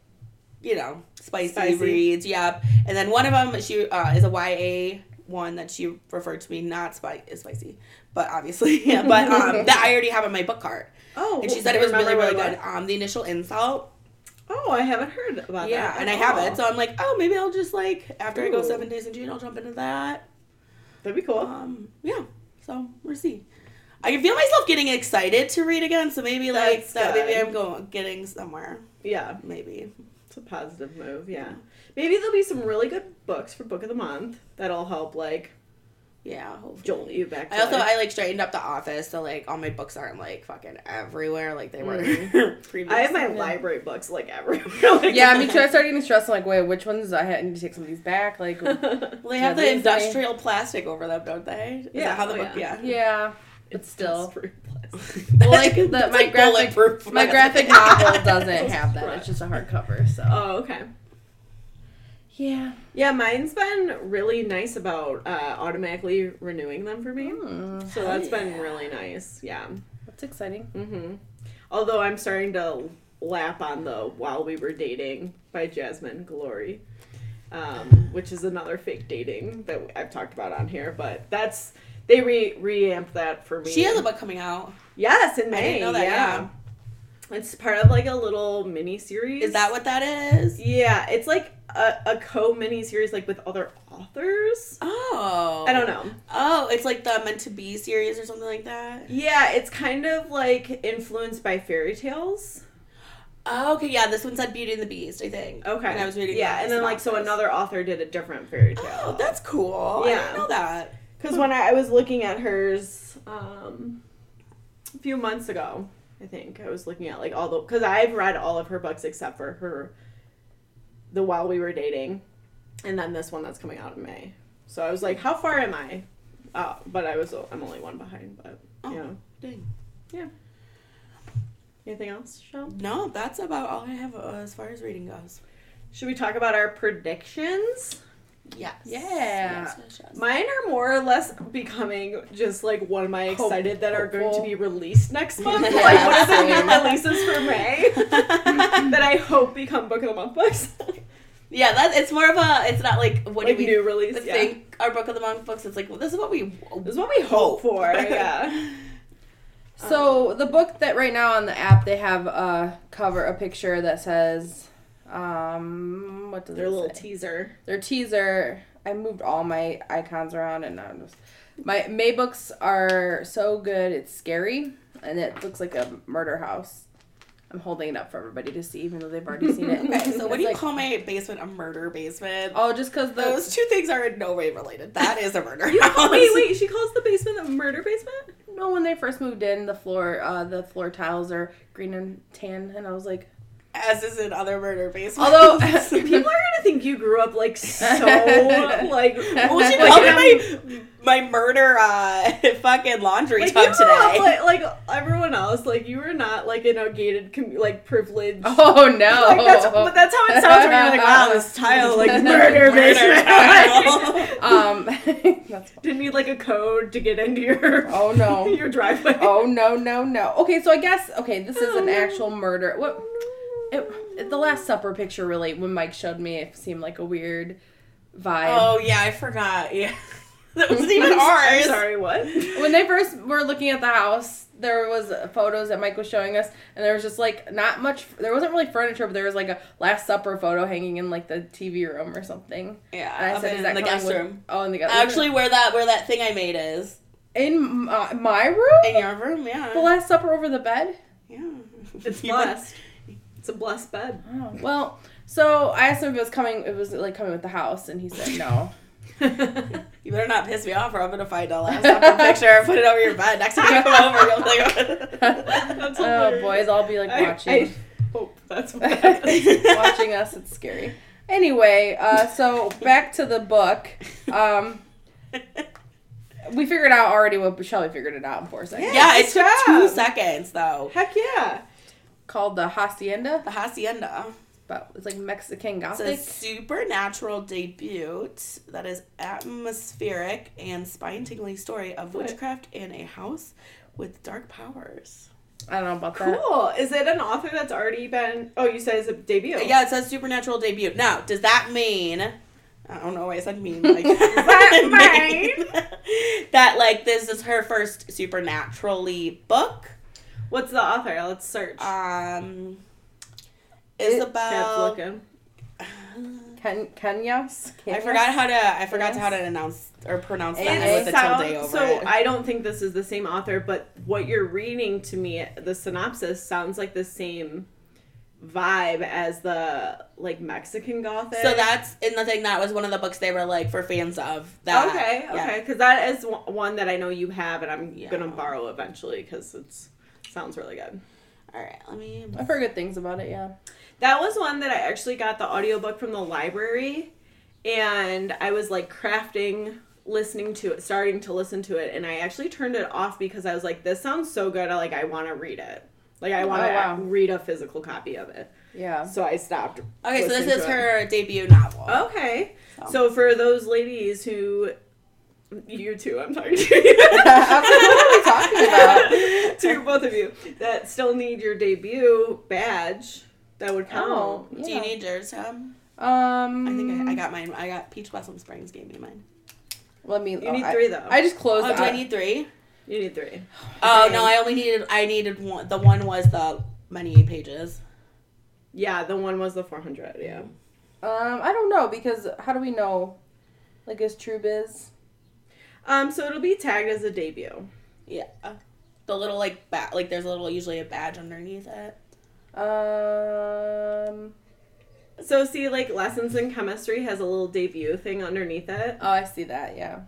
Speaker 4: you know, spicy,
Speaker 3: Spicy.
Speaker 4: reads. Yep. And then one of them she uh, is a YA one that she referred to me not spi- is spicy, but obviously, yeah, but um, that I already have on my book card,
Speaker 3: oh
Speaker 4: and she said it was really
Speaker 3: remember
Speaker 4: really
Speaker 3: what it
Speaker 4: good. Um, the initial insult.
Speaker 3: was? oh i haven't heard about
Speaker 4: Yeah,
Speaker 3: that
Speaker 4: and I
Speaker 3: at
Speaker 4: have
Speaker 3: all.
Speaker 4: it, so I'm like, oh, maybe I'll just like after I go
Speaker 3: Ooh.
Speaker 4: seven days in June, I'll jump into that.
Speaker 3: that'd be cool
Speaker 4: Um, yeah. So we'll see. I can feel myself getting excited to read again, so maybe like
Speaker 3: That's
Speaker 4: that, maybe
Speaker 3: good.
Speaker 4: I'm going getting somewhere.
Speaker 3: yeah
Speaker 4: Maybe.
Speaker 3: it's a positive move yeah maybe there'll be some really good books for book of the month that'll help like
Speaker 4: Yeah, hopefully.
Speaker 3: jolt you back to
Speaker 4: I also
Speaker 3: life.
Speaker 4: I like straightened up the office, so like all my books aren't like fucking everywhere like they were previously.
Speaker 3: I have my library books like everywhere. Like,
Speaker 2: Yeah, me too. I started getting stressed. Like, wait, which ones I had I need to take some of these back? Like,
Speaker 4: Well, they have
Speaker 2: Yeah,
Speaker 4: the
Speaker 2: they-
Speaker 4: industrial plastic over them, don't they? Is
Speaker 3: Yeah,
Speaker 4: that how the
Speaker 3: oh,
Speaker 4: book? Yeah.
Speaker 2: yeah, but
Speaker 3: It's
Speaker 2: still,
Speaker 3: pretty blessed.
Speaker 4: That's
Speaker 2: like the-
Speaker 4: that's
Speaker 2: my graphic-
Speaker 4: bulletproof
Speaker 2: my
Speaker 4: plastic.
Speaker 2: graphic novel doesn't have that. It's just a hardcover. So
Speaker 3: Oh, okay.
Speaker 2: yeah,
Speaker 3: Yeah, mine's been really nice about uh, automatically renewing them for me.
Speaker 2: Hmm,
Speaker 3: So that's been
Speaker 4: Oh, yeah.
Speaker 3: really nice. Yeah.
Speaker 2: that's exciting.
Speaker 3: hmm Although I'm starting to lap on the While We Were Dating by Jasmine Glory, um, which is another fake dating that I've talked about on here. But that's, they re reamped that for me.
Speaker 4: She has a book coming out.
Speaker 3: Yes, in May.
Speaker 4: I didn't know that,
Speaker 3: yeah. It's part of like a little mini series.
Speaker 4: Is that what that is?
Speaker 3: Yeah, it's like a, a co mini series like with other authors.
Speaker 4: Oh.
Speaker 3: I don't know.
Speaker 4: Oh, it's like the meant to be series or something like that.
Speaker 3: Yeah, it's kind of like influenced by fairy tales.
Speaker 4: Oh, okay, yeah, this one said Beauty and the Beast, I think.
Speaker 3: Okay.
Speaker 4: And I was reading.
Speaker 3: Yeah,
Speaker 4: the
Speaker 3: and then like so
Speaker 4: synopsis.
Speaker 3: another author did a different fairy
Speaker 4: Oh,
Speaker 3: tale.
Speaker 4: that's cool. I
Speaker 3: Yeah.
Speaker 4: didn't know that.
Speaker 3: Because when I, I was looking at hers um, a few months ago, I think I was looking at like all the because I've read all of her books except for her, the While We Were Dating, and then this one that's coming out in May. So I was like, how far am I? Uh, but I was I'm only one behind. But
Speaker 4: Oh.
Speaker 3: yeah,
Speaker 4: Dang.
Speaker 3: anything else, Shel?
Speaker 4: No, that's about all I have uh, as far as reading goes.
Speaker 3: Should we talk about our predictions?
Speaker 4: Yes.
Speaker 2: Yeah.
Speaker 4: Yes, yes, yes.
Speaker 3: Mine are more or less becoming just like what am I
Speaker 2: Hope-
Speaker 3: excited that are going to
Speaker 2: hopeful.
Speaker 3: be released next month?
Speaker 4: Yeah,
Speaker 3: like what is it
Speaker 2: same.
Speaker 3: new releases for May that I hope become book of the month books?
Speaker 4: yeah, that it's more of a. It's not like what
Speaker 3: like
Speaker 4: do we
Speaker 3: new release, yeah.
Speaker 4: think our book of the month books? It's like well, this is what we.
Speaker 3: This is what we hope for. Yeah,
Speaker 4: Uh,
Speaker 2: So the book that right now on the app they have a cover, a picture that says, um, what does
Speaker 3: their
Speaker 2: it
Speaker 3: little
Speaker 2: say?
Speaker 3: teaser.
Speaker 2: their teaser. I moved all my icons around, and I'm just my May books are so good. It's scary, and it looks like a murder house. I'm holding it up for everybody to see, even though they've already seen it.
Speaker 4: Okay, so what
Speaker 2: It's
Speaker 4: do you
Speaker 2: like-
Speaker 4: call my basement a murder basement?
Speaker 2: Oh, just because those.
Speaker 4: Those two things are in no way related. That is a murder. house.
Speaker 3: wait, wait, she calls the basement the murder basement?
Speaker 2: No, when they first moved in, the floor, uh, the floor tiles are green and tan, and I was like,
Speaker 4: As is in other murder basements.
Speaker 2: although
Speaker 3: People are gonna think you grew up like so like
Speaker 4: Well, she
Speaker 3: Like,
Speaker 4: called me
Speaker 3: um,
Speaker 4: my my murder uh, fucking laundry
Speaker 3: like, you
Speaker 4: tub
Speaker 3: were
Speaker 4: today.
Speaker 3: Up, like, like everyone else, like you were not like in a gated com- like privileged.
Speaker 2: oh no,
Speaker 3: Like, that's, but that's how it sounds when you're like, wow, this tile like murder basement.
Speaker 4: tile.
Speaker 2: um, that's fun.
Speaker 3: Didn't need like a code to get into your
Speaker 2: oh no,
Speaker 3: your driveway.
Speaker 2: oh no, no, no. Okay, so I guess okay, this is
Speaker 3: Oh,
Speaker 2: an
Speaker 3: no.
Speaker 2: actual murder. What? It, it- the Last Supper picture really, when Mike showed me, it seemed like a weird vibe.
Speaker 4: oh yeah, I forgot. Yeah, that wasn't even
Speaker 3: I'm
Speaker 4: ours.
Speaker 3: sorry, what?
Speaker 4: Oh.
Speaker 2: When they first were looking at the house, there was photos that Mike was showing us, and there was just like not much. There wasn't really furniture, but there was like a Last Supper photo hanging in like the TV room or something.
Speaker 4: Yeah,
Speaker 2: And I
Speaker 4: up
Speaker 2: said,
Speaker 4: in
Speaker 2: "Is that
Speaker 4: the
Speaker 2: coming
Speaker 4: guest
Speaker 2: with-
Speaker 4: room?
Speaker 2: Oh, and the guy
Speaker 4: Actually, where that where that thing I made is
Speaker 2: in my, my room,
Speaker 4: in your room. Yeah,
Speaker 2: the Last Supper over the bed.
Speaker 4: yeah.
Speaker 3: It's
Speaker 4: You went-
Speaker 3: blessed. It's a blessed bed.
Speaker 2: Oh, well, so I asked him if it was coming. It was like coming with the house, and he said no.
Speaker 4: You better not piss me off, or I'm gonna find a laptop picture and put it over your bed. Next time you come over, you'll be like,
Speaker 3: That's
Speaker 2: oh,
Speaker 3: hilarious.
Speaker 2: boys, I'll be like
Speaker 3: I-
Speaker 2: watching.
Speaker 3: I hope that's what happens.
Speaker 2: watching us. It's scary. Anyway, uh, so back to the book. Um, we figured out already what Shelby figured it out in four seconds.
Speaker 4: yeah, it took
Speaker 3: Good
Speaker 4: two
Speaker 3: job.
Speaker 4: seconds though.
Speaker 3: Heck yeah.
Speaker 2: Called the hacienda,
Speaker 4: The hacienda.
Speaker 2: but it's like Mexican
Speaker 4: It's
Speaker 2: Gothic.
Speaker 4: a supernatural debut that is atmospheric and spine-tingling story of witchcraft and a house with dark powers.
Speaker 2: I don't know about that.
Speaker 3: Cool. Is it an author that's already been? Oh, you said it's a debut.
Speaker 4: Yeah, it says supernatural debut. Now, does that mean? I don't know why I said mean. Like, does
Speaker 2: That
Speaker 4: that like this is her first supernaturally book?
Speaker 3: What's the author? Let's search.
Speaker 4: Um,
Speaker 3: Cat's
Speaker 4: Isabel.
Speaker 3: looking.
Speaker 2: Ken- Kenya.
Speaker 4: I forgot how to. I forgot how to announce or pronounce that. I
Speaker 3: It
Speaker 4: put the tilde
Speaker 3: sounds,
Speaker 4: over
Speaker 3: so
Speaker 4: it.
Speaker 3: I don't think this is the same author, but what you're reading to me, the synopsis sounds like the same vibe as the like Mexican Gothic.
Speaker 4: So that's in the thing. That was one of the books they were like for fans of. That
Speaker 3: okay,
Speaker 4: yeah.
Speaker 3: okay, because that is one- one that I know you have, and I'm
Speaker 4: Yeah.
Speaker 3: gonna borrow eventually because it's sounds really good.
Speaker 4: All right, let me.
Speaker 2: I've heard good things about it. Yeah.
Speaker 3: That was one that I actually got the audiobook from the library and I was like crafting listening to it, starting to listen to it and I actually turned it off because I was like this sounds so good I like I want to read it. Like I want to
Speaker 2: Oh, wow.
Speaker 3: read a physical copy of it.
Speaker 2: Yeah.
Speaker 3: So I stopped.
Speaker 4: Okay, so
Speaker 3: listening
Speaker 4: this is
Speaker 3: to it. Oh,
Speaker 4: her debut novel.
Speaker 3: Okay. So for those ladies who you two, I'm talking to you.
Speaker 2: I was like, what are we talking about?
Speaker 3: to both of you that still need your debut badge that would count.
Speaker 2: Oh,
Speaker 4: Do
Speaker 2: yeah.
Speaker 4: you need yours, Tom?
Speaker 2: Um,
Speaker 4: I think I, I got mine. I got Peach Blossom Springs gave me mine.
Speaker 2: Let me.
Speaker 3: You need
Speaker 2: Oh, I-
Speaker 3: three though.
Speaker 2: I just closed.
Speaker 4: Oh, do I
Speaker 2: the-
Speaker 4: need three?
Speaker 3: you need three.
Speaker 4: Oh no, I only needed. I needed one. The one was the many pages.
Speaker 3: Yeah, the one was the 400. Yeah.
Speaker 2: Um, I don't know because how do we know? Like, is True Biz?
Speaker 3: Um, so it'll be tagged as a debut.
Speaker 4: Yeah.
Speaker 3: Oh.
Speaker 4: The little like bat like there's a little usually a badge underneath it.
Speaker 2: Um.
Speaker 3: So see, like lessons in chemistry has a little debut thing underneath it,
Speaker 2: Oh, I see that. Yeah.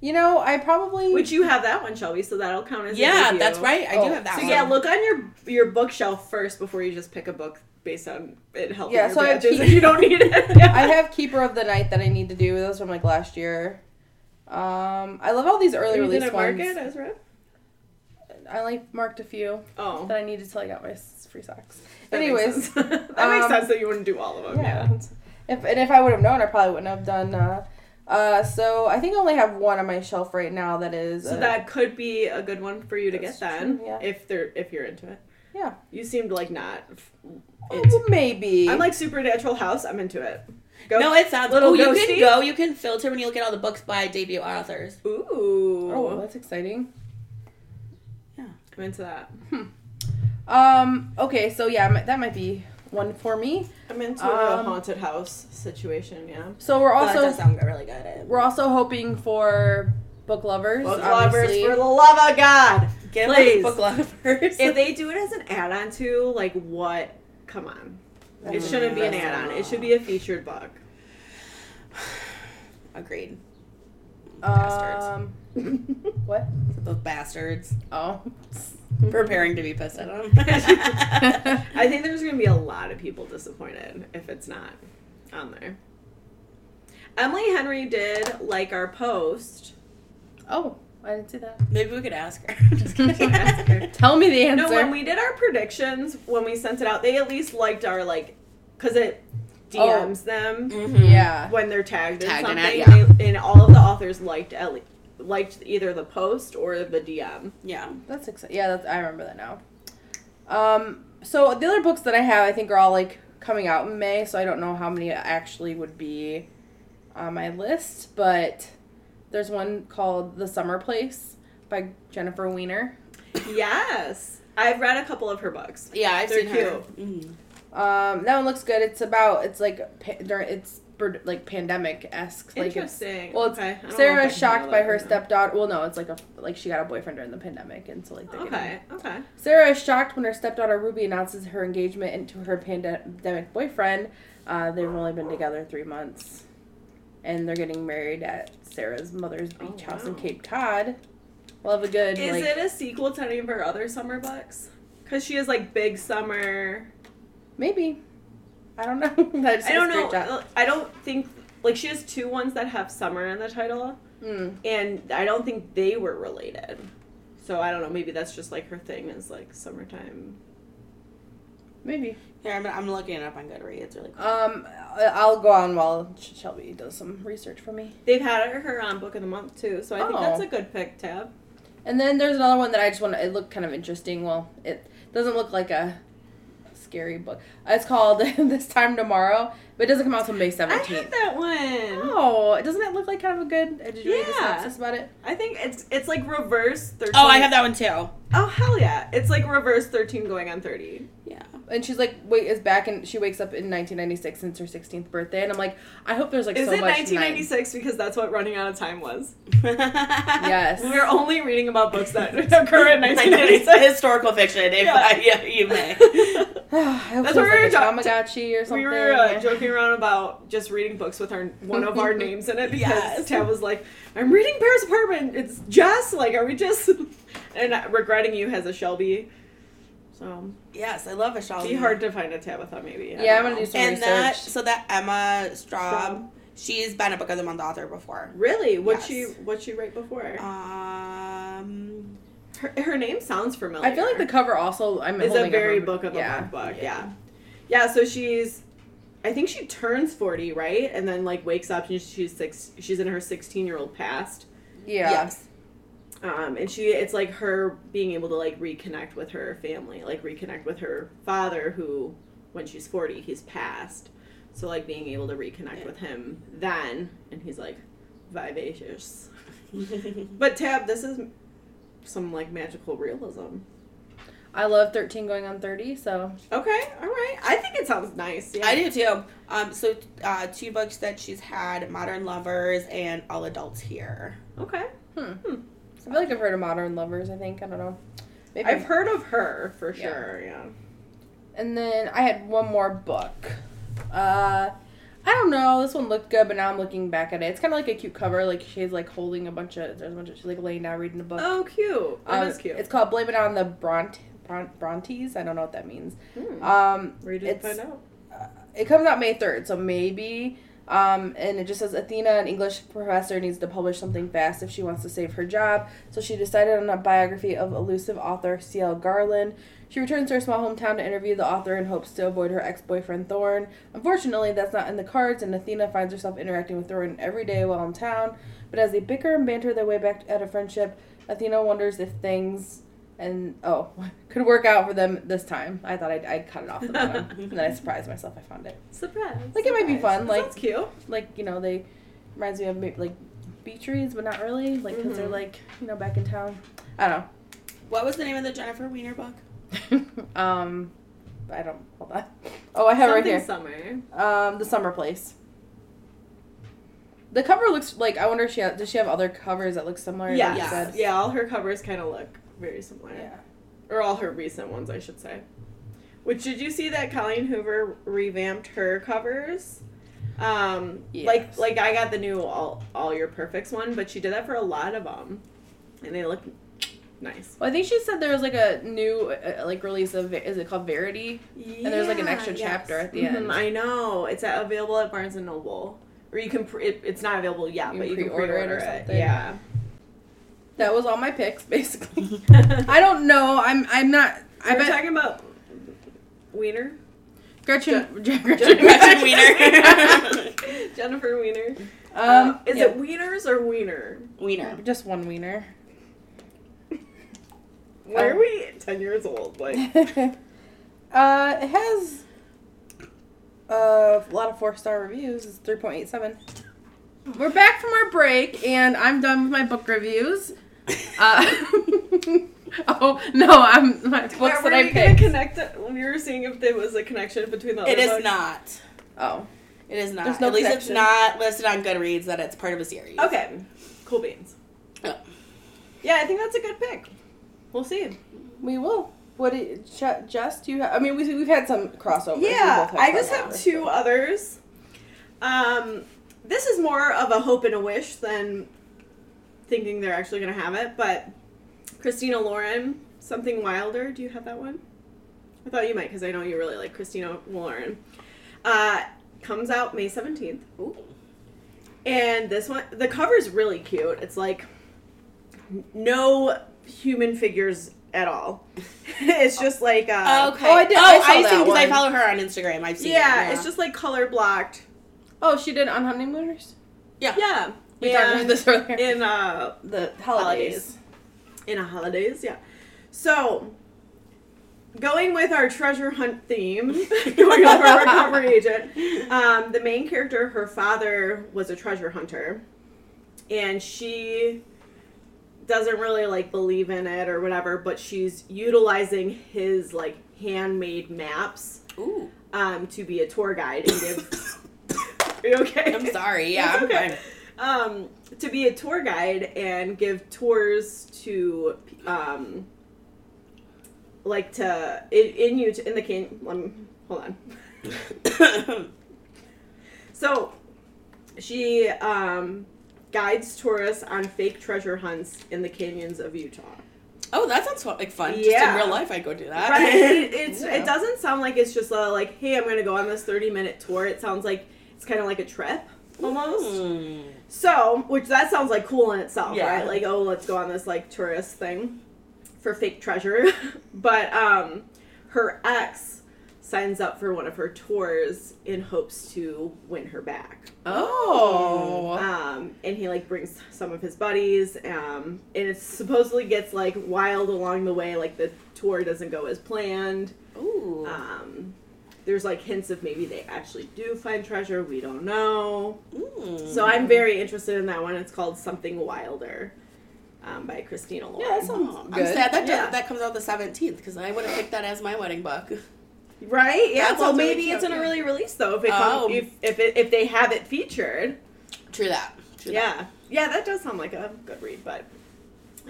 Speaker 2: You know, I probably.
Speaker 3: which you have that one, Shelby. So that'll count as a
Speaker 4: Yeah,
Speaker 3: debut.
Speaker 4: that's right. I
Speaker 2: Oh,
Speaker 4: do have that
Speaker 3: So
Speaker 4: one.
Speaker 3: yeah, look on your your bookshelf first before you just pick a book based on it helping
Speaker 2: Yeah,
Speaker 3: your
Speaker 2: so I have
Speaker 3: badges
Speaker 2: key-
Speaker 3: if you don't need it. Yeah.
Speaker 2: I have Keeper of the Night that I need to do. Those from like last year. Um, I love all these early
Speaker 3: you
Speaker 2: release
Speaker 3: didn't mark
Speaker 2: ones.
Speaker 3: it as red.
Speaker 2: I like marked a few
Speaker 3: Oh,
Speaker 2: that I needed till I got my s- free socks.
Speaker 3: that makes
Speaker 2: Anyways,
Speaker 3: sense. that
Speaker 2: um,
Speaker 3: makes sense that you wouldn't do all of them.
Speaker 2: yeah.
Speaker 3: Yeah.
Speaker 2: If and if I would have known, I probably wouldn't have done. Uh, uh, so I think I only have one on my shelf right now. That is.
Speaker 3: So
Speaker 2: uh,
Speaker 3: that could be a good one for you to
Speaker 2: That's
Speaker 3: get then,
Speaker 2: true, yeah.
Speaker 3: if they're if you're into it.
Speaker 2: Yeah.
Speaker 3: You seemed like not.
Speaker 2: oh,
Speaker 3: into
Speaker 2: maybe.
Speaker 3: I like Supernatural House. I'm into it. Go.
Speaker 4: No, it sounds
Speaker 3: Little
Speaker 4: Oh, you can
Speaker 3: ghosty.
Speaker 4: go. You can filter when you look at all the books by debut authors.
Speaker 3: Ooh.
Speaker 2: Oh, that's exciting.
Speaker 3: I'm into that.
Speaker 2: Um. Okay. So yeah, mi- that might be one for me.
Speaker 3: I'm into a
Speaker 2: Um,
Speaker 3: haunted house situation. Yeah.
Speaker 2: So we're
Speaker 4: Also, that
Speaker 2: also
Speaker 4: does sound really good.
Speaker 2: we're also hoping for book lovers.
Speaker 3: Book lovers,
Speaker 2: obviously.
Speaker 3: for the love of God!
Speaker 4: Get
Speaker 3: Please.
Speaker 4: book lovers.
Speaker 3: If they do it as an add-on to like what? Come on. It shouldn't be an add-on. It should be a featured book.
Speaker 4: Agreed. Bastards.
Speaker 2: Um. What?
Speaker 4: Those bastards.
Speaker 2: Oh.
Speaker 4: Mm-hmm. Preparing to be pissed at them.
Speaker 3: I think there's gonna be a lot of people disappointed if it's not on there. Emily Henry did like our post.
Speaker 2: Oh, I didn't see that.
Speaker 4: Maybe we could ask her. Just kidding.
Speaker 3: Ask her.
Speaker 2: Tell me the answer.
Speaker 3: No, when we did our predictions, when we sent it out, they at least liked our like, cause it
Speaker 2: Oh.
Speaker 3: DMs them
Speaker 4: Mhm.
Speaker 2: yeah.
Speaker 3: when they're tagged,
Speaker 4: Tagged in
Speaker 3: in
Speaker 4: it,
Speaker 3: something.
Speaker 4: yeah.
Speaker 3: they- and all of the authors liked at least liked either the post or the DM.
Speaker 4: Yeah.
Speaker 2: That's exciting. Yeah, that's, I remember that now. Um, so the other books that I have, I think, are all like coming out in May. So I don't know how many actually would be on my list, but there's one called The Summer Place by Jennifer Weiner.
Speaker 3: Yes, I've read a couple of her books.
Speaker 4: Yeah, I've
Speaker 3: They're
Speaker 4: seen her. Mhm.
Speaker 2: Um, that one looks good. It's about it's like pa- during it's bird, like pandemic esque. Like it's,
Speaker 3: Interesting.
Speaker 2: well, it's-
Speaker 3: okay. I don't know if I
Speaker 2: Sarah
Speaker 3: can
Speaker 2: is shocked
Speaker 3: handle
Speaker 2: by
Speaker 3: that
Speaker 2: her
Speaker 3: right now.
Speaker 2: stepdaughter. Well, no, it's like a like she got a boyfriend during the pandemic, and so like they're getting-
Speaker 3: Okay. Okay.
Speaker 2: Sarah is shocked when her stepdaughter Ruby announces her engagement into her pandemic boyfriend. Uh, they've only been together three months, and they're getting married at Sarah's mother's beach
Speaker 3: Oh,
Speaker 2: house in
Speaker 3: wow.
Speaker 2: Cape Cod. We'll have a good
Speaker 3: Is
Speaker 2: like
Speaker 3: it a sequel to any of her other summer books? Because she has like Big Summer.
Speaker 2: maybe. I don't know. That just
Speaker 3: I don't
Speaker 2: says
Speaker 3: know.
Speaker 2: great job.
Speaker 3: I don't think like she has two ones that have summer in the title,
Speaker 2: Mm.
Speaker 3: and I don't think they were related. So I don't know. Maybe that's just like her thing is like summertime.
Speaker 2: Maybe.
Speaker 4: Here, I'm, I'm looking it up on Goodreads really quick.
Speaker 2: Um, I- I'll go on while Sh- Shelby does some research for me.
Speaker 3: They've had her on Book of the Month too, so I think
Speaker 2: Oh.
Speaker 3: that's a good pick, Tab.
Speaker 2: And then there's another one that I just want to. It looked kind of interesting. Well, it doesn't look like a scary book. It's called This Time Tomorrow, but it doesn't come out until May
Speaker 3: I had
Speaker 2: 17th.
Speaker 3: that one.
Speaker 2: Oh, doesn't it look like kind of a good? uh, Did you read the
Speaker 3: Yeah.
Speaker 2: synopsis about it?
Speaker 3: I think it's it's like reverse thirteen.
Speaker 4: Oh, I have that one too.
Speaker 3: Oh hell yeah! It's like reverse thirteen going on thirty.
Speaker 4: Yeah.
Speaker 2: And she's like, wait, is back, and she wakes up in 1996, and it's her 16th birthday, and I'm like, I hope there's like
Speaker 3: Is
Speaker 2: so
Speaker 3: it
Speaker 2: much.
Speaker 3: nineteen ninety six? Because that's what running out of time was.
Speaker 2: nine- Yes.
Speaker 3: We were only reading about books that occur in nineteen ninety six.
Speaker 4: historical fiction, if
Speaker 3: Yeah.
Speaker 4: I, yeah, you may.
Speaker 2: I hope
Speaker 3: That's
Speaker 2: there's,
Speaker 3: what we were
Speaker 2: like, a
Speaker 3: talking-
Speaker 2: Tamagotchi or something.
Speaker 3: We were uh, joking around about just reading books with our one of our names in it because
Speaker 4: Yes.
Speaker 3: Tab was like, "I'm reading Paris Apartment. It's Jess. Like, are we just?" And uh, regretting you has a Shelby. So
Speaker 4: yes, I love a shawl.
Speaker 3: be hard to find a Tabitha maybe. I
Speaker 2: yeah, I'm
Speaker 3: don't
Speaker 2: gonna do
Speaker 3: know.
Speaker 2: some
Speaker 4: And
Speaker 2: research.
Speaker 4: that, so that Emma Straub,
Speaker 3: Straub.
Speaker 4: she's been a Book of the Month author before.
Speaker 3: Really, what
Speaker 4: Yes.
Speaker 3: she what she write before?
Speaker 4: Um,
Speaker 3: her, her name sounds familiar.
Speaker 2: I feel like the cover also. I'm
Speaker 3: is a
Speaker 2: holding up
Speaker 3: very
Speaker 2: her-
Speaker 3: book of the
Speaker 2: yeah.
Speaker 3: month book. Yeah. yeah, So she's, I think she turns forty, right? And then like wakes up and she's six. She's in her sixteen year old past.
Speaker 2: Yeah.
Speaker 4: Yes.
Speaker 3: Um, and she, it's like her being able to like reconnect with her family, like reconnect with her father, who when she's forty, he's passed. So like being able to reconnect with him then, and he's like vivacious. But Tab, this is some like magical realism.
Speaker 2: I love 13 going on 30, so
Speaker 3: Okay, all right. I think it sounds nice. Yeah.
Speaker 4: I do too. Um, so uh, two books that she's had: Modern Lovers and All Adults Here.
Speaker 3: Okay.
Speaker 2: I feel like I've heard of Modern Lovers, I think. I don't know. Maybe
Speaker 3: I've heard of her for
Speaker 2: Yeah.
Speaker 3: sure. Yeah.
Speaker 2: And then I had one more book. Uh I don't know. This one looked good, but now I'm looking back at it. It's kind of like a cute cover. Like she's like holding a bunch of there's a bunch of she's like laying down reading a book.
Speaker 3: Oh, cute. That
Speaker 2: Um,
Speaker 3: is cute.
Speaker 2: It's called Blame It on the Bront Bron- Brontes. I don't know what that means.
Speaker 3: Hmm.
Speaker 2: Um,
Speaker 3: Read it and
Speaker 2: it's-
Speaker 3: find out.
Speaker 2: it comes out May 3rd, so maybe. Um, and it just says Athena, an English professor, needs to publish something fast if she wants to save her job. So she decided on a biography of elusive author C.L. Garland. She returns to her small hometown to interview the author in hopes to avoid her ex boyfriend Thorne. Unfortunately, that's not in the cards, and Athena finds herself interacting with Thorne every day while in town. But as they bicker and banter their way back at a friendship, Athena wonders if things and oh could work out for them this time. I thought I'd, I'd cut it off with that one, and then I surprised myself. I found it.
Speaker 3: Surprise.
Speaker 2: Like it might be fun. Like
Speaker 3: sounds cute.
Speaker 2: like you know they reminds me of maybe like beach reads, but not really. Like because they're
Speaker 3: Mhm.
Speaker 2: like you know back in town. I don't
Speaker 4: What was the name of the Jennifer Weiner book?
Speaker 2: know. um, I don't hold on. Oh, I have it
Speaker 3: Something
Speaker 2: right here.
Speaker 3: summer.
Speaker 2: Um, the summer place. The cover looks like I wonder if she ha- does she have other covers that look similar. like
Speaker 3: Yeah.
Speaker 2: you
Speaker 3: Yeah.
Speaker 2: said?
Speaker 3: All her covers kind of look very similar.
Speaker 2: Yeah.
Speaker 3: Or all her recent ones, I should say. Which did you see that Colleen Hoover revamped her covers? Um,
Speaker 2: Yes.
Speaker 3: like like I got the new all all your perfects one, but she did that for a lot of them, and they look nice.
Speaker 2: Well, I think she said there was like a new uh, uh, like release of is it called Verity? And there's like an extra chapter at the
Speaker 3: Mhm,
Speaker 2: end.
Speaker 3: I know it's at, available at Barnes and Noble, or you can. Pre- it, it's not available yet,
Speaker 2: You
Speaker 3: but
Speaker 2: can
Speaker 3: you can
Speaker 2: pre-order it
Speaker 3: pre-order
Speaker 2: or
Speaker 3: it.
Speaker 2: something.
Speaker 3: Yeah.
Speaker 2: That was all my picks basically.
Speaker 3: I
Speaker 2: I don't know. I'm I'm not. I
Speaker 3: We're
Speaker 2: bet
Speaker 3: talking about Wiener,
Speaker 2: Gretchen. Gretchen.
Speaker 4: Gretchen
Speaker 2: Gretchen.
Speaker 4: Weiner.
Speaker 3: Jennifer Wiener. Uh,
Speaker 2: Um,
Speaker 3: is
Speaker 2: yeah.
Speaker 3: it Wieners or Wiener?
Speaker 4: Weiner.
Speaker 2: just one wiener?
Speaker 3: Why
Speaker 2: Um,
Speaker 3: are we ten years old? Like
Speaker 2: uh, it has uh, a lot of four star reviews. It's three point eight seven. We're back from our break, and I'm done with my book reviews. Uh, oh no, I'm my books
Speaker 3: Where
Speaker 2: that I
Speaker 3: we gonna
Speaker 2: picked.
Speaker 3: connect? It? We were seeing if there was a connection between the.
Speaker 4: It
Speaker 3: other
Speaker 4: is
Speaker 3: books.
Speaker 4: not.
Speaker 2: oh,
Speaker 4: It is not.
Speaker 2: There's no
Speaker 4: At least it's
Speaker 2: connection.
Speaker 4: not listed on Goodreads that it's part of a series.
Speaker 3: Okay. Cool beans.
Speaker 4: Oh.
Speaker 3: Yeah, I think that's a good pick. We'll see.
Speaker 2: We will. What did Je- Jess? Do you? Have, I mean, we we've had some crossovers. We
Speaker 3: Yeah,
Speaker 2: both
Speaker 3: I just
Speaker 2: crossovers,
Speaker 3: have
Speaker 2: but-
Speaker 3: two others. Um, this is more of a hope and a wish than thinking they're actually going to have it. But Christina Lauren, Something Wilder. Do you have that one? I thought you might because I know you really like Christina Lauren. Uh, comes out May seventeenth.
Speaker 4: Ooh.
Speaker 3: And this one, the cover's really cute. It's like no human figures at all. it's just like uh,
Speaker 4: Okay.
Speaker 2: Oh, I did-
Speaker 4: Oh,
Speaker 2: I saw
Speaker 4: I've
Speaker 2: that
Speaker 4: seen because I
Speaker 2: one.
Speaker 4: follow her on Instagram. I've seen. it,
Speaker 3: yeah, it's just like color blocked.
Speaker 2: Oh, she did on honeymooners.
Speaker 3: Yeah,
Speaker 2: We
Speaker 3: and
Speaker 2: talked about this earlier.
Speaker 3: in uh
Speaker 2: the
Speaker 3: holidays. in a holidays. Yeah, so going with our treasure hunt theme, going over our recovery agent. Um, the main character, her father was a treasure hunter, and she doesn't really like believe in it or whatever, but she's utilizing his like handmade maps
Speaker 4: Ooh.
Speaker 3: um, to be a tour guide and give. Are you okay?
Speaker 4: I'm sorry. Yeah.
Speaker 3: It's
Speaker 4: I'm
Speaker 3: okay.
Speaker 4: fine.
Speaker 3: Um, to be a tour guide and give tours to, um, like to in, in you in the can. Um, hold on. So, she um, guides tourists on fake treasure hunts in the canyons of Utah.
Speaker 4: oh, that sounds fu- like fun. Just in
Speaker 3: Yeah.
Speaker 4: real life, I'd go do that.
Speaker 3: Right? It, it's,
Speaker 2: Yeah.
Speaker 3: it doesn't sound like it's just a, like, hey, I'm gonna go on this 30 minute tour. It sounds like it's kind of like a trip almost.
Speaker 4: Hmm.
Speaker 3: So, which that sounds like cool in itself,
Speaker 4: Yeah.
Speaker 3: right? Like, oh, let's go on this like tourist thing for fake treasure. but um her ex signs up for one of her tours in hopes to win her back.
Speaker 4: Oh.
Speaker 3: Um and he like brings some of his buddies um and it supposedly gets like wild along the way like the tour doesn't go as planned.
Speaker 4: Ooh.
Speaker 3: Um there's like hints of maybe they actually do find treasure, we don't know.
Speaker 4: Mm.
Speaker 3: So I'm very interested in that one. It's called Something Wilder um, by Christina Lauren.
Speaker 2: Yeah, that sounds
Speaker 4: Oh,
Speaker 2: good.
Speaker 4: I'm sad that
Speaker 3: Yeah.
Speaker 4: that comes out the 17th because I would have picked that as my wedding book.
Speaker 3: right. Yeah.
Speaker 4: That
Speaker 3: well,
Speaker 4: sounds really
Speaker 3: maybe
Speaker 4: cute,
Speaker 3: it's an
Speaker 4: yeah.
Speaker 3: early release though. If it
Speaker 4: Oh.
Speaker 3: come, if if, it, if they have it featured.
Speaker 4: True that. True
Speaker 3: yeah. Yeah, that does sound like a good read, but.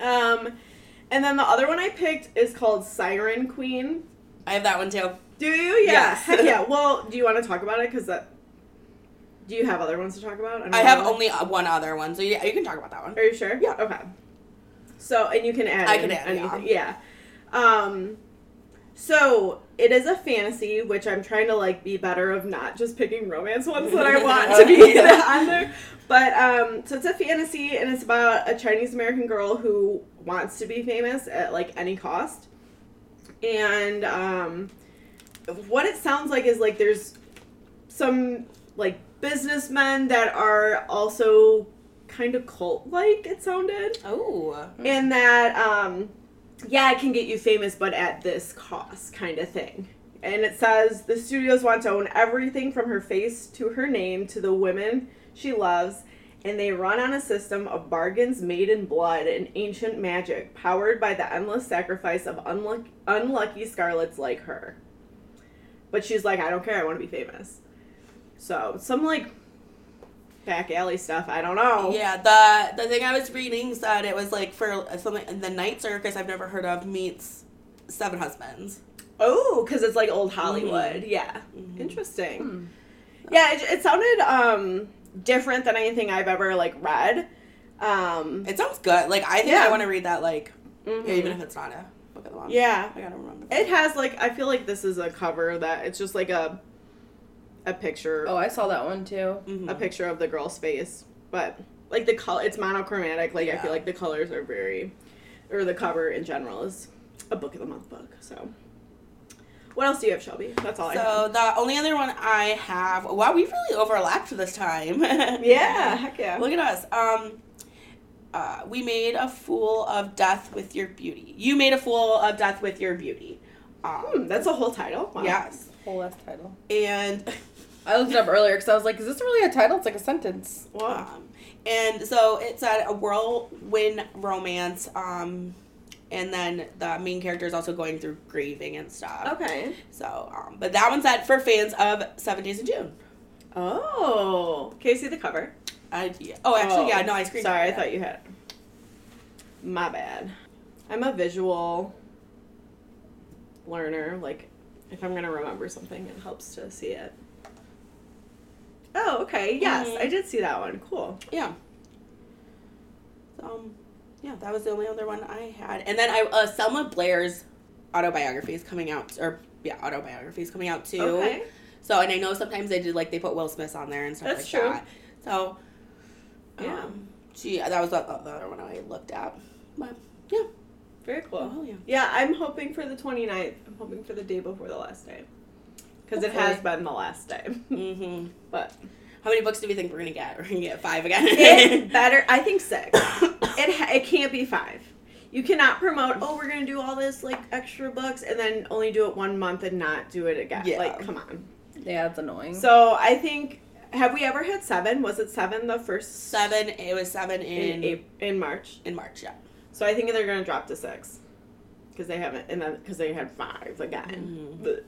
Speaker 3: Um, and then the other one I picked is called Siren Queen.
Speaker 4: That. I have that one too.
Speaker 3: Do you? Yeah.
Speaker 4: Yes.
Speaker 3: Heck yeah. Well, do you want to talk about it? Because that. Do you have other ones to talk about? don't
Speaker 4: I have
Speaker 3: know.
Speaker 4: only uh, one other one, so yeah, you can talk about that one.
Speaker 3: Are you sure? Yeah. Okay. So, and you can add.
Speaker 4: I
Speaker 3: in
Speaker 4: can add,
Speaker 3: anything. Yeah. Um, so it is a fantasy, which I'm trying to like be better of not just picking romance ones that I want to be on there. But um, so it's a fantasy, and it's about a Chinese American girl who wants to be famous at like any cost. And um, what it sounds like is like there's some like businessmen that are also kind of cult like it sounded
Speaker 4: Oh.
Speaker 3: in that um yeah i can get you famous but at this cost kind of thing and it says the studios want to own everything from her face to her name to the women she loves and they run on a system of bargains made in blood and ancient magic powered by the endless sacrifice of unluck- unlucky scarlets like her but she's like i don't care i want to be famous so some like back alley stuff i don't know
Speaker 4: Yeah, the the thing I was reading said it was like for uh, something the night circus I've never heard of meets seven husbands.
Speaker 3: Oh, because it's like old Hollywood. Yeah.
Speaker 4: Mhm.
Speaker 3: Interesting. Yeah, it, it sounded um, different than anything I've ever like read. Um,
Speaker 4: It sounds good. Like I think I
Speaker 3: Yeah.
Speaker 4: want to read that. Like
Speaker 3: mhm.
Speaker 4: even if it's not a book of the month.
Speaker 3: yeah,
Speaker 4: I gotta remember.
Speaker 3: it has like I feel like this is a cover that it's just like a a picture
Speaker 2: Oh, I saw that one too.
Speaker 4: Mhm.
Speaker 3: a picture of the girl's face, but like the color it's monochromatic. Like I
Speaker 4: Yeah.
Speaker 3: feel like the colors are very, or the cover in general is a book of the month book. So, what else do you have, Shelby? That's all I have.
Speaker 4: So the only other one I have. Wow, we really overlapped this time.
Speaker 3: Yeah, heck yeah.
Speaker 4: Look at us. Um, uh, we made a fool of death with your beauty. You made a fool of death with your beauty. Um,
Speaker 3: Hmm, that's a whole title. Wow.
Speaker 4: Yes.
Speaker 2: Whole last title.
Speaker 4: And
Speaker 2: I looked it up earlier because I was like, "Is this really a title? It's like a sentence."
Speaker 3: Wow.
Speaker 4: Um, and so it's at a whirlwind romance. Um, and then the main character is also going through grieving and stuff.
Speaker 3: Okay.
Speaker 4: So, um, but that one's at for fans of Seven Days in June. Oh.
Speaker 3: Can you see the cover?
Speaker 4: I, yeah. Oh, actually, yeah. No, I screened.
Speaker 3: Sorry, I thought you had. it. My bad. I'm a visual learner. Like, if I'm gonna remember something, it helps to see it. Oh, okay. Yes,
Speaker 4: Mhm.
Speaker 3: I did see that one. Cool.
Speaker 4: Yeah. Um, yeah, that was the only other one I had. And then I uh, Selma Blair's autobiography is coming out, or yeah, autobiography is coming out too.
Speaker 3: Okay.
Speaker 4: So, and I know sometimes they do like they put Will Smith on there and stuff
Speaker 3: That's
Speaker 4: like
Speaker 3: true.
Speaker 4: that. So, um,
Speaker 3: Yeah.
Speaker 4: Gee, that was the, the other one I looked at. But yeah,
Speaker 3: Very cool.
Speaker 4: oh yeah.
Speaker 3: Yeah, I'm hoping for the 29th. I'm hoping for the day before the last day. Because it has been the last day.
Speaker 4: Mm-hmm.
Speaker 3: but
Speaker 4: How many books do we think we're gonna get? We're gonna get five again.
Speaker 3: it better, I think six. It, ha- it can't be five. You cannot promote, oh, we're going to do all this, like, extra books, and then only do it one month and not do it again.
Speaker 4: Yeah.
Speaker 3: Like, come on.
Speaker 2: Yeah, it's annoying.
Speaker 3: So I think, have we ever had seven? Was it seven the first?
Speaker 4: seven. It was seven in
Speaker 3: In,
Speaker 4: in,
Speaker 3: April, in March.
Speaker 4: March. Yeah.
Speaker 3: So I think they're going to drop to six. Because they haven't, and then, because they had five again. Blech.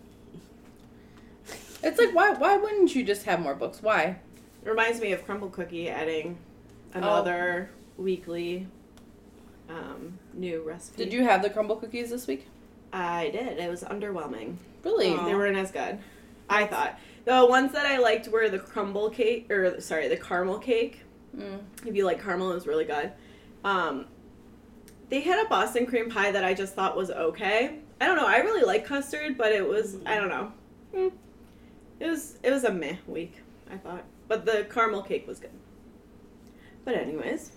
Speaker 2: it's like why why wouldn't you just have more books? Why?
Speaker 3: It reminds me of Crumble Cookie adding another weekly um, new recipe.
Speaker 2: Did you have the crumble cookies this week?
Speaker 3: I did. It was underwhelming.
Speaker 2: Really?
Speaker 4: Aw.
Speaker 3: They weren't as good. I thought the ones that I liked were the crumble cake, or sorry, the caramel cake.
Speaker 2: Mm.
Speaker 3: If you like caramel, it was really good. Um, they had a Boston cream pie that I just thought was okay. I don't know. I really like custard, but it was I don't know. Mm. It was it was a meh week. I thought, but the caramel cake was good. But anyways,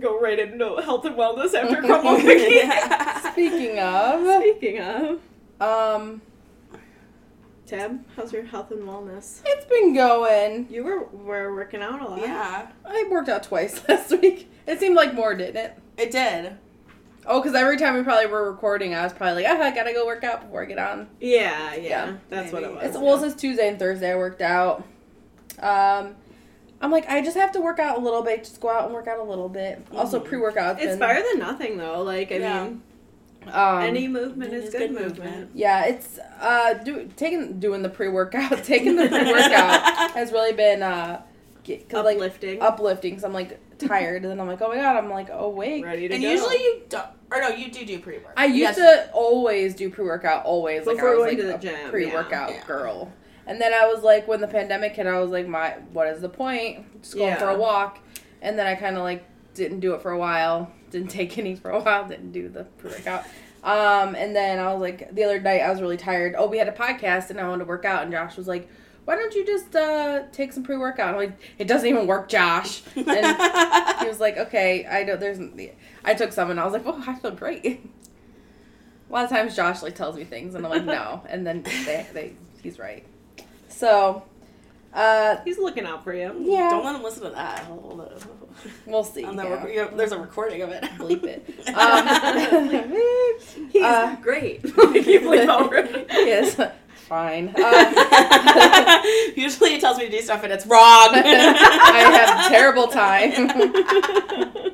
Speaker 3: go right into health and wellness after crumble cookie.
Speaker 2: Speaking of,
Speaker 3: Speaking of
Speaker 2: um,
Speaker 3: Deb, how's your health and wellness?
Speaker 2: it's been going.
Speaker 3: You were were working out a lot.
Speaker 4: yeah,
Speaker 2: I worked out twice last week. It seemed like more, didn't it?
Speaker 4: it did.
Speaker 2: Oh, because every time we probably were recording, I was probably like, ah, I gotta go work out before I get on.
Speaker 3: Yeah, yeah.
Speaker 2: Yeah,
Speaker 3: that's what it
Speaker 4: maybe.
Speaker 3: was.
Speaker 2: It's well, since Tuesday and Thursday I worked out. Um, I'm like, I just have to work out a little bit. Just go out and work out a little bit. Also,
Speaker 4: Mhm.
Speaker 2: pre-workout.
Speaker 3: Mm-hmm. It's better than nothing though. Like I
Speaker 4: Yeah.
Speaker 3: mean,
Speaker 2: Um,
Speaker 3: any movement is good, movement.
Speaker 2: yeah, it's uh, do, taking doing the pre-workout, taking the pre-workout has really been uh, get, 'cause, like
Speaker 3: Uplifting.
Speaker 2: uplifting. So I'm like tired, and then I'm like, oh my god, I'm like awake.
Speaker 3: ready to
Speaker 4: And
Speaker 3: go.
Speaker 4: usually you don't, or no, you do do pre work.
Speaker 2: I used to always do pre workout, always like
Speaker 3: Before
Speaker 2: I was
Speaker 3: going
Speaker 2: like
Speaker 3: to the
Speaker 2: a
Speaker 3: gym, yeah,
Speaker 2: pre workout
Speaker 4: yeah.
Speaker 2: girl. And then I was like, when the pandemic hit, I was like, my what is the point? Just going for
Speaker 3: Yeah.
Speaker 2: a walk. And then I kind of like didn't do it for a while, didn't take any for a while, didn't do the pre workout. Um, and then I was like, the other night I was really tired. Oh, we had a podcast and I wanted to work out, and Josh was like. Why don't you just uh, take some pre workout? I'm like, it doesn't even work, Josh. And he was like, okay, I don't. There's. I took some and I was like, oh, I feel great. A lot of times Josh like tells me things and I'm like, no, and then they, they he's right. So, uh,
Speaker 3: he's looking out for you.
Speaker 2: yeah,
Speaker 4: Don't let him listen to that. Hold on.
Speaker 2: we'll see.
Speaker 4: On the
Speaker 2: yeah.
Speaker 4: rec- you know, there's a recording of it.
Speaker 2: Bleep it.
Speaker 3: Um, He's
Speaker 2: Uh,
Speaker 3: great. you believe already.
Speaker 2: yes, fine. Um,
Speaker 4: Usually he tells me to do stuff and it's wrong.
Speaker 2: I have terrible time.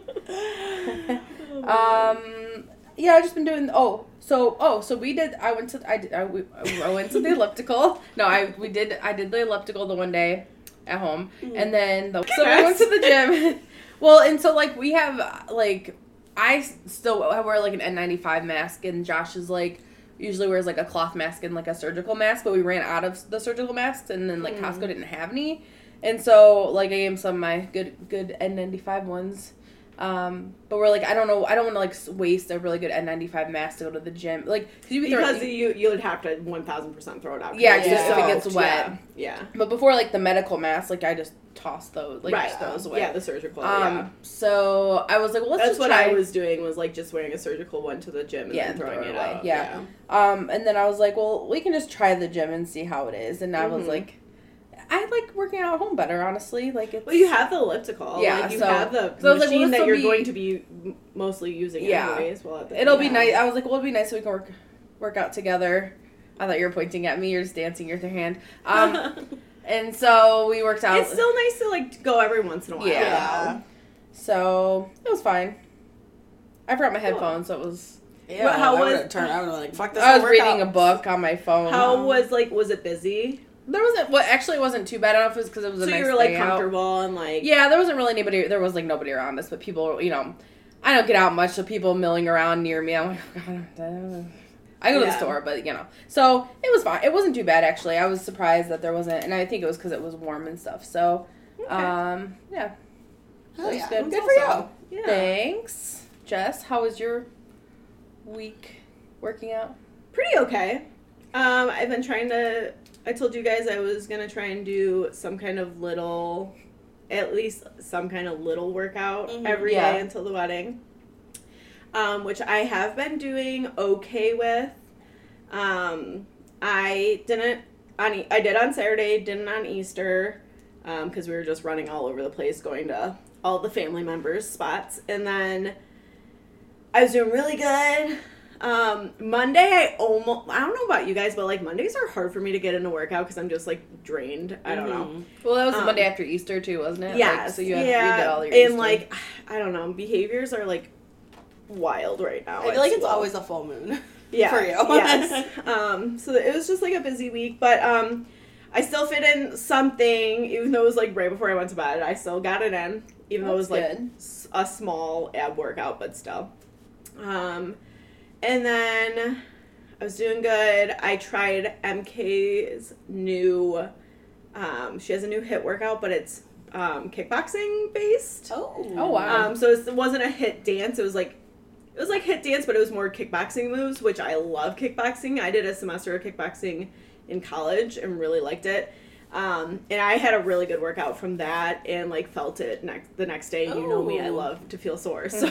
Speaker 2: Um. Yeah, I've just been doing. Oh, so oh, so we did. I went to. I did. I, we, I went to the elliptical. No, I we did. I did the elliptical the one day at home,
Speaker 3: Mm.
Speaker 2: and then the, so we went to the gym. well, and so like we have uh, like I s- still I wear like an N95 mask, and Josh is like usually wears like a cloth mask and like a surgical mask, but we ran out of the surgical masks, and then like
Speaker 3: Hmm.
Speaker 2: Costco didn't have any, and so like I gave him some of my good good N95 ones. Um, but we're like, I don't know, I don't want to like s- waste a really good N95 mask to go to the gym, like 'cause you can throw it-
Speaker 3: Because you you would have to one thousand percent throw it out.
Speaker 2: Yeah,
Speaker 3: It's
Speaker 4: just if it
Speaker 3: soaked.
Speaker 2: gets wet.
Speaker 3: Yeah,
Speaker 2: But before like the medical mask, like I just tossed those, like
Speaker 3: yeah. right.
Speaker 2: just those away.
Speaker 3: Yeah, the surgical.
Speaker 2: um,
Speaker 3: yeah.
Speaker 2: so I was like, well, let's
Speaker 3: That's
Speaker 2: just
Speaker 3: what
Speaker 2: try.
Speaker 3: I was doing was like just wearing a surgical one to the gym and
Speaker 2: Yeah,
Speaker 3: then
Speaker 2: and throw
Speaker 3: throwing
Speaker 2: it
Speaker 3: it
Speaker 2: away.
Speaker 3: out.
Speaker 2: Yeah. Um, and then I was like, well, we can just try the gym and see how it is. And I was
Speaker 3: Mhm.
Speaker 2: like, I like working out at home better, honestly. Like it's
Speaker 3: Well, you have the elliptical.
Speaker 2: Yeah,
Speaker 3: like, you
Speaker 2: so-
Speaker 3: have the
Speaker 2: so I was like, well,
Speaker 3: machine
Speaker 2: this will
Speaker 3: that you're
Speaker 2: be-
Speaker 3: going to be m- mostly using
Speaker 2: Yeah.
Speaker 3: anyways. Well, at the
Speaker 2: it'll be
Speaker 4: yeah.
Speaker 2: nice. I was like, well, it'd be nice if we can work work out together. I thought you were pointing at me. You're just dancing with your hand. Um, and so we worked out.
Speaker 3: it's still nice to like go every once in a while.
Speaker 2: Yeah.
Speaker 4: Yeah.
Speaker 2: so it was fine. I forgot my
Speaker 3: Cool.
Speaker 2: headphones, so it was.
Speaker 4: yeah.
Speaker 3: But how
Speaker 4: I
Speaker 3: was-
Speaker 4: would've turned, I would have like, fuck this.
Speaker 2: I was
Speaker 4: whole workout.
Speaker 2: reading a book on my phone.
Speaker 3: How was like was it busy?
Speaker 2: there wasn't. Well, actually, it wasn't too bad. I don't know if it was because it was a
Speaker 3: So
Speaker 2: nice
Speaker 3: you were like
Speaker 2: day out.
Speaker 3: comfortable and like
Speaker 2: Yeah, there wasn't really anybody. There was like nobody around us, but people, you know, I don't get out much, so people milling around near me. I'm like, "Oh, God, I don't- I go to the
Speaker 3: Yeah.
Speaker 2: store, but you know, so it was fine. It wasn't too bad actually. I was surprised that there wasn't, and I think it was because it was warm and stuff. So, um, yeah,
Speaker 3: Oh,
Speaker 2: that was good. Good for you.
Speaker 3: yeah.
Speaker 2: Thanks, Jess. How was your week working out?
Speaker 3: pretty okay. Um, I've been trying to. I told you guys I was gonna try and do some kind of little, at least some kind of little workout every
Speaker 4: Mhm.
Speaker 3: day
Speaker 2: Yeah.
Speaker 3: until the wedding. Um, which I have been doing okay with. Um, I didn't on E- I did on Saturday, didn't on Easter, because we were just running all over the place, going to all the family members' spots, and then I was doing really good. Um, Monday, I almost I don't know about you guys, but like Mondays are hard for me to get into workout because I'm just like drained. I don't know.
Speaker 2: Well, that was the
Speaker 3: Um,
Speaker 2: Monday after Easter too, wasn't it?
Speaker 3: Yeah.
Speaker 2: Mm-hmm. Like, so you had
Speaker 3: yeah.
Speaker 2: you did all your
Speaker 3: and
Speaker 2: Easter.
Speaker 3: like I don't know, behaviors are like wild right now.
Speaker 4: I feel like it's
Speaker 3: low.
Speaker 4: always a full moon.
Speaker 3: yeah,
Speaker 4: for you.
Speaker 3: yes. Um, so it was just like a busy week, but um, I still fit in something, even though it was like right before I went to bed. I still got it in, even though it was
Speaker 2: That's
Speaker 3: like
Speaker 2: good.
Speaker 3: s- a small ab workout, but still. Um, and then I was doing good. I tried MK's new. Um, she has a new hit workout, but it's um, kickboxing based.
Speaker 4: Oh.
Speaker 2: Oh, wow.
Speaker 3: Um, so it wasn't a hit dance. It was like it was like hit dance, but it was more kickboxing moves, which I love kickboxing. I did a semester of kickboxing in college and really liked it. Um, and I had a really good workout from that and like felt it next the next day. You know me, I
Speaker 4: Oh.
Speaker 3: love to feel sore. So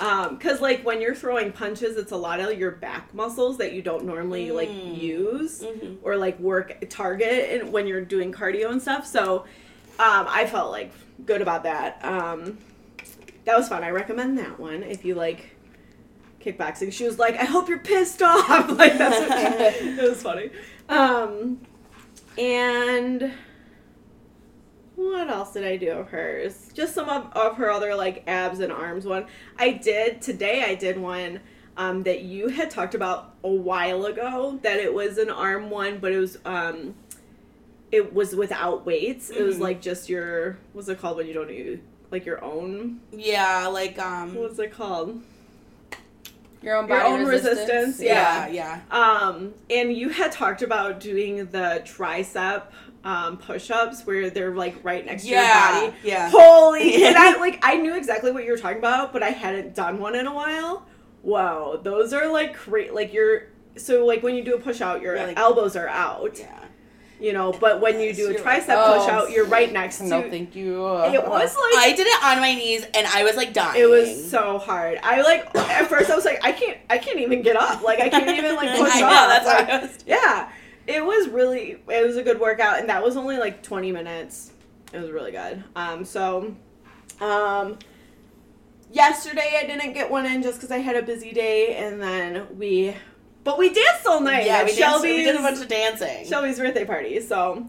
Speaker 3: um cuz like when you're throwing punches, it's a lot of your back muscles that you don't normally like
Speaker 4: Mm.
Speaker 3: use
Speaker 4: Mhm.
Speaker 3: or like work target and when you're doing cardio and stuff. So um, I felt like good about that. Um, that was fun. I recommend that one if you like kickboxing. She was like, "I hope you're pissed off." like that's what she, it was funny. Um, and what else did I do of hers? Just some of, of her other like abs and arms one. I did today. I did one um, that you had talked about a while ago. That it was an arm one, but it was um, it was without weights. It was
Speaker 4: Mhm.
Speaker 3: like just your what's it called when you don't use like your own
Speaker 4: Yeah, like um.
Speaker 3: what's it called
Speaker 2: your own
Speaker 3: your
Speaker 2: body
Speaker 3: own resistance.
Speaker 4: yeah,
Speaker 3: yeah.
Speaker 4: yeah.
Speaker 3: Um, and you had talked about doing the tricep um, push-ups where they're like right next to your
Speaker 4: Yeah,
Speaker 3: body.
Speaker 4: yeah.
Speaker 3: Holy! and I like I knew exactly what you were talking about, but I hadn't done one in a while. Whoa, those are like great. Like you're so like when you do a push out, your
Speaker 4: Yeah, like-
Speaker 3: elbows are out.
Speaker 4: Yeah.
Speaker 3: You know, but when you do a
Speaker 4: You're like,
Speaker 3: tricep
Speaker 2: oh,
Speaker 3: push out, you're right next to.
Speaker 2: No, thank you.
Speaker 3: it was like
Speaker 4: I did it on my knees and I was like dying.
Speaker 3: It was so hard. I like at first I was like I can't I can't even get up. Like I can't even like push
Speaker 4: I know,
Speaker 3: up.
Speaker 4: that's
Speaker 3: Like,
Speaker 4: why I was-
Speaker 3: Yeah. It was really it was a good workout and that was only like 20 minutes. It was really good. Um so um yesterday I didn't get one in just cuz I had a busy day and then we but we danced all night.
Speaker 4: Yeah,
Speaker 3: at
Speaker 4: we, danced, we did a
Speaker 3: Shelby's-
Speaker 4: bunch of dancing.
Speaker 3: Shelby's birthday party. So,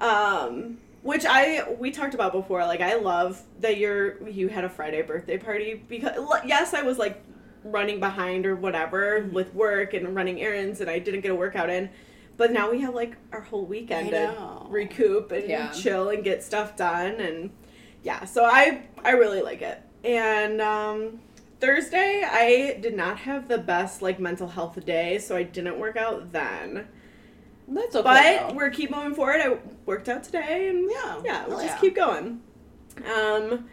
Speaker 3: um, which I we talked about before. Like I love that you're you had a Friday birthday party because l- yes, I was like running behind or whatever
Speaker 4: Mm-hmm.
Speaker 3: with work and running errands, and I didn't get a workout in. But now we have like our whole weekend
Speaker 4: I
Speaker 3: to
Speaker 4: know.
Speaker 3: recoup and
Speaker 2: Yeah.
Speaker 3: chill and get stuff done, and yeah. So I I really like it. And um, Thursday I did not have the best like mental health day, so I didn't work out then.
Speaker 2: That's okay.
Speaker 3: But
Speaker 2: though.
Speaker 3: we're keep moving forward. I worked out today, and
Speaker 4: Yeah.
Speaker 3: yeah, we'll
Speaker 4: Hell
Speaker 3: just
Speaker 4: yeah.
Speaker 3: keep going. Um,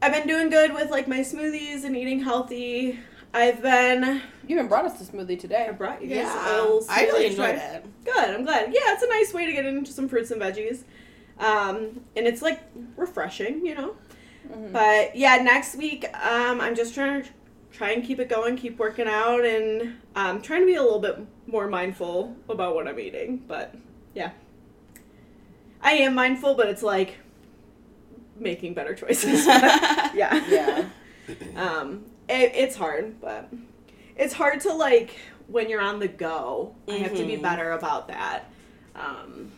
Speaker 3: I've been doing good with like my smoothies and eating healthy. I've been.
Speaker 2: you even brought us the smoothie today.
Speaker 3: I brought you guys a
Speaker 4: Yeah.
Speaker 3: little
Speaker 4: I really
Speaker 3: smoothie to try.
Speaker 4: enjoyed it.
Speaker 3: Good. I'm glad. Yeah, it's a nice way to get into some fruits and veggies, um, and it's like refreshing, you know. But yeah, next week um, I'm just trying to try and keep it going, keep working out, and um, trying to be a little bit more mindful about what I'm eating. But yeah, I am mindful, but it's like making better choices. yeah,
Speaker 2: Yeah.
Speaker 3: Um, it, it's hard, but it's hard to like when you're on the go. I have to be
Speaker 4: Mhm.
Speaker 3: better about that. Um,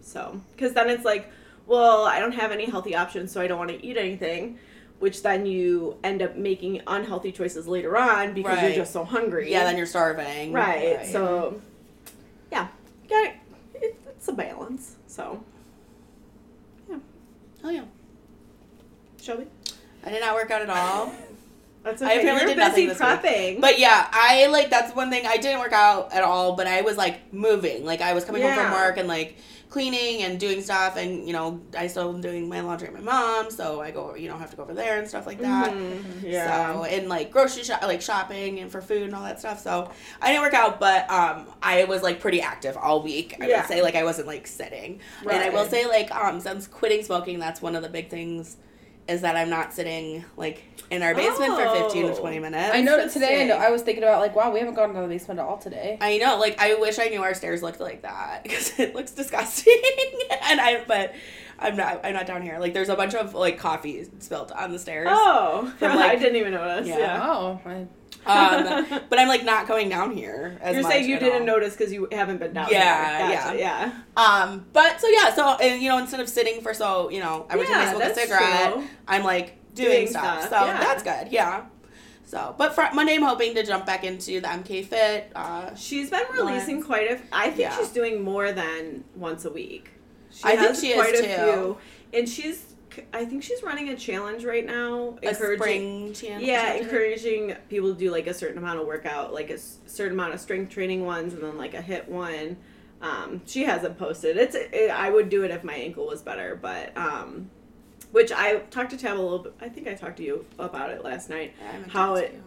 Speaker 3: so, because then it's like, well, I don't have any healthy options, so I don't want to eat anything. Which then you end up making unhealthy choices later on because
Speaker 4: Right.
Speaker 3: you're just so hungry.
Speaker 4: Yeah, then you're starving.
Speaker 3: right. So, yeah, got it. It's it's a balance. So,
Speaker 4: Oh yeah.
Speaker 3: Shelby,
Speaker 4: I did not work out at all.
Speaker 3: that's
Speaker 4: I
Speaker 3: okay.
Speaker 4: apparently
Speaker 3: You're
Speaker 4: did nothing
Speaker 3: busy
Speaker 4: this week.
Speaker 3: prepping.
Speaker 4: But yeah, I like that's one thing I didn't work out at all, but I was like moving. Like I was coming home from
Speaker 3: Yeah.
Speaker 4: work and like cleaning and doing stuff and you know, I still am doing my laundry at my mom, so I go you know, have to go over there and stuff like that.
Speaker 3: Mhm,
Speaker 4: So and like grocery shop like shopping and for food and all that stuff. So I didn't work out, but um I was like pretty active all week. I
Speaker 3: Yeah.
Speaker 4: would say like I wasn't like sitting. And I will
Speaker 3: Right.
Speaker 4: say like um since quitting smoking, that's one of the big things is that I'm not sitting like in our basement for 15 to
Speaker 3: Oh.
Speaker 4: 20 minutes.
Speaker 2: I know that today. I, know,
Speaker 3: Interesting.
Speaker 2: I was thinking about like, wow, we haven't gone down to the basement at all today.
Speaker 4: I know, like I wish I knew our stairs looked like that because it looks disgusting. and I, but I'm not, I'm not down here. Like there's a bunch of like coffee spilled on the stairs.
Speaker 3: Oh,
Speaker 4: From, like-
Speaker 3: I didn't even notice.
Speaker 4: Yeah.
Speaker 3: Yeah.
Speaker 2: Oh, I,
Speaker 4: Um, but I'm like not going down here. As
Speaker 3: You're
Speaker 4: much
Speaker 3: saying you
Speaker 4: at
Speaker 3: didn't
Speaker 4: all.
Speaker 3: notice because you haven't been down
Speaker 4: Yeah,
Speaker 3: there. Gotcha, yeah.
Speaker 4: Um, but so yeah, so and you know instead of sitting for so you know every time I
Speaker 3: Yeah,
Speaker 4: smoke a
Speaker 3: that's
Speaker 4: cigarette,
Speaker 3: true.
Speaker 4: I'm like doing,
Speaker 3: Doing
Speaker 4: stuff.
Speaker 3: stuff,
Speaker 4: So
Speaker 3: yeah.
Speaker 4: that's good. Yeah. So, but for Monday, I'm hoping to jump back into the MK Fit. Uh,
Speaker 3: She's been releasing quite a. I think
Speaker 4: Yeah.
Speaker 3: she's doing more than once a week. She
Speaker 4: I think
Speaker 3: has
Speaker 4: she is,
Speaker 3: quite a
Speaker 4: too.
Speaker 3: few, and she's. I think she's running a challenge right now,
Speaker 4: a spring
Speaker 3: encouraging.
Speaker 4: chan-
Speaker 3: Yeah,
Speaker 4: challenge.
Speaker 3: encouraging people to do like a certain amount of workout, like a s- certain amount of strength training ones, and then like a hit one. Um, she hasn't posted. It's. It, I would do it if my ankle was better, but um, which I talked to Tab a little. bit. I think I talked to you about it last night.
Speaker 4: Yeah, I meant to
Speaker 3: How
Speaker 4: ask
Speaker 3: it-
Speaker 4: you.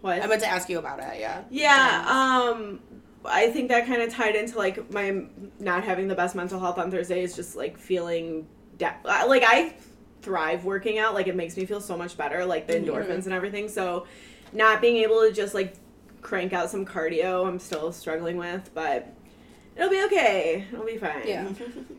Speaker 3: What?
Speaker 4: I meant to ask you about it. Yeah.
Speaker 3: Yeah, um I think that kind of tied into like my m- not having the best mental health on Thursday is just like feeling de- uh, like I thrive working out, like it makes me feel so much better, like the endorphins and everything. So not being able to just like crank out some cardio, I'm still struggling with, but it'll be okay. It'll be fine.
Speaker 2: Yeah.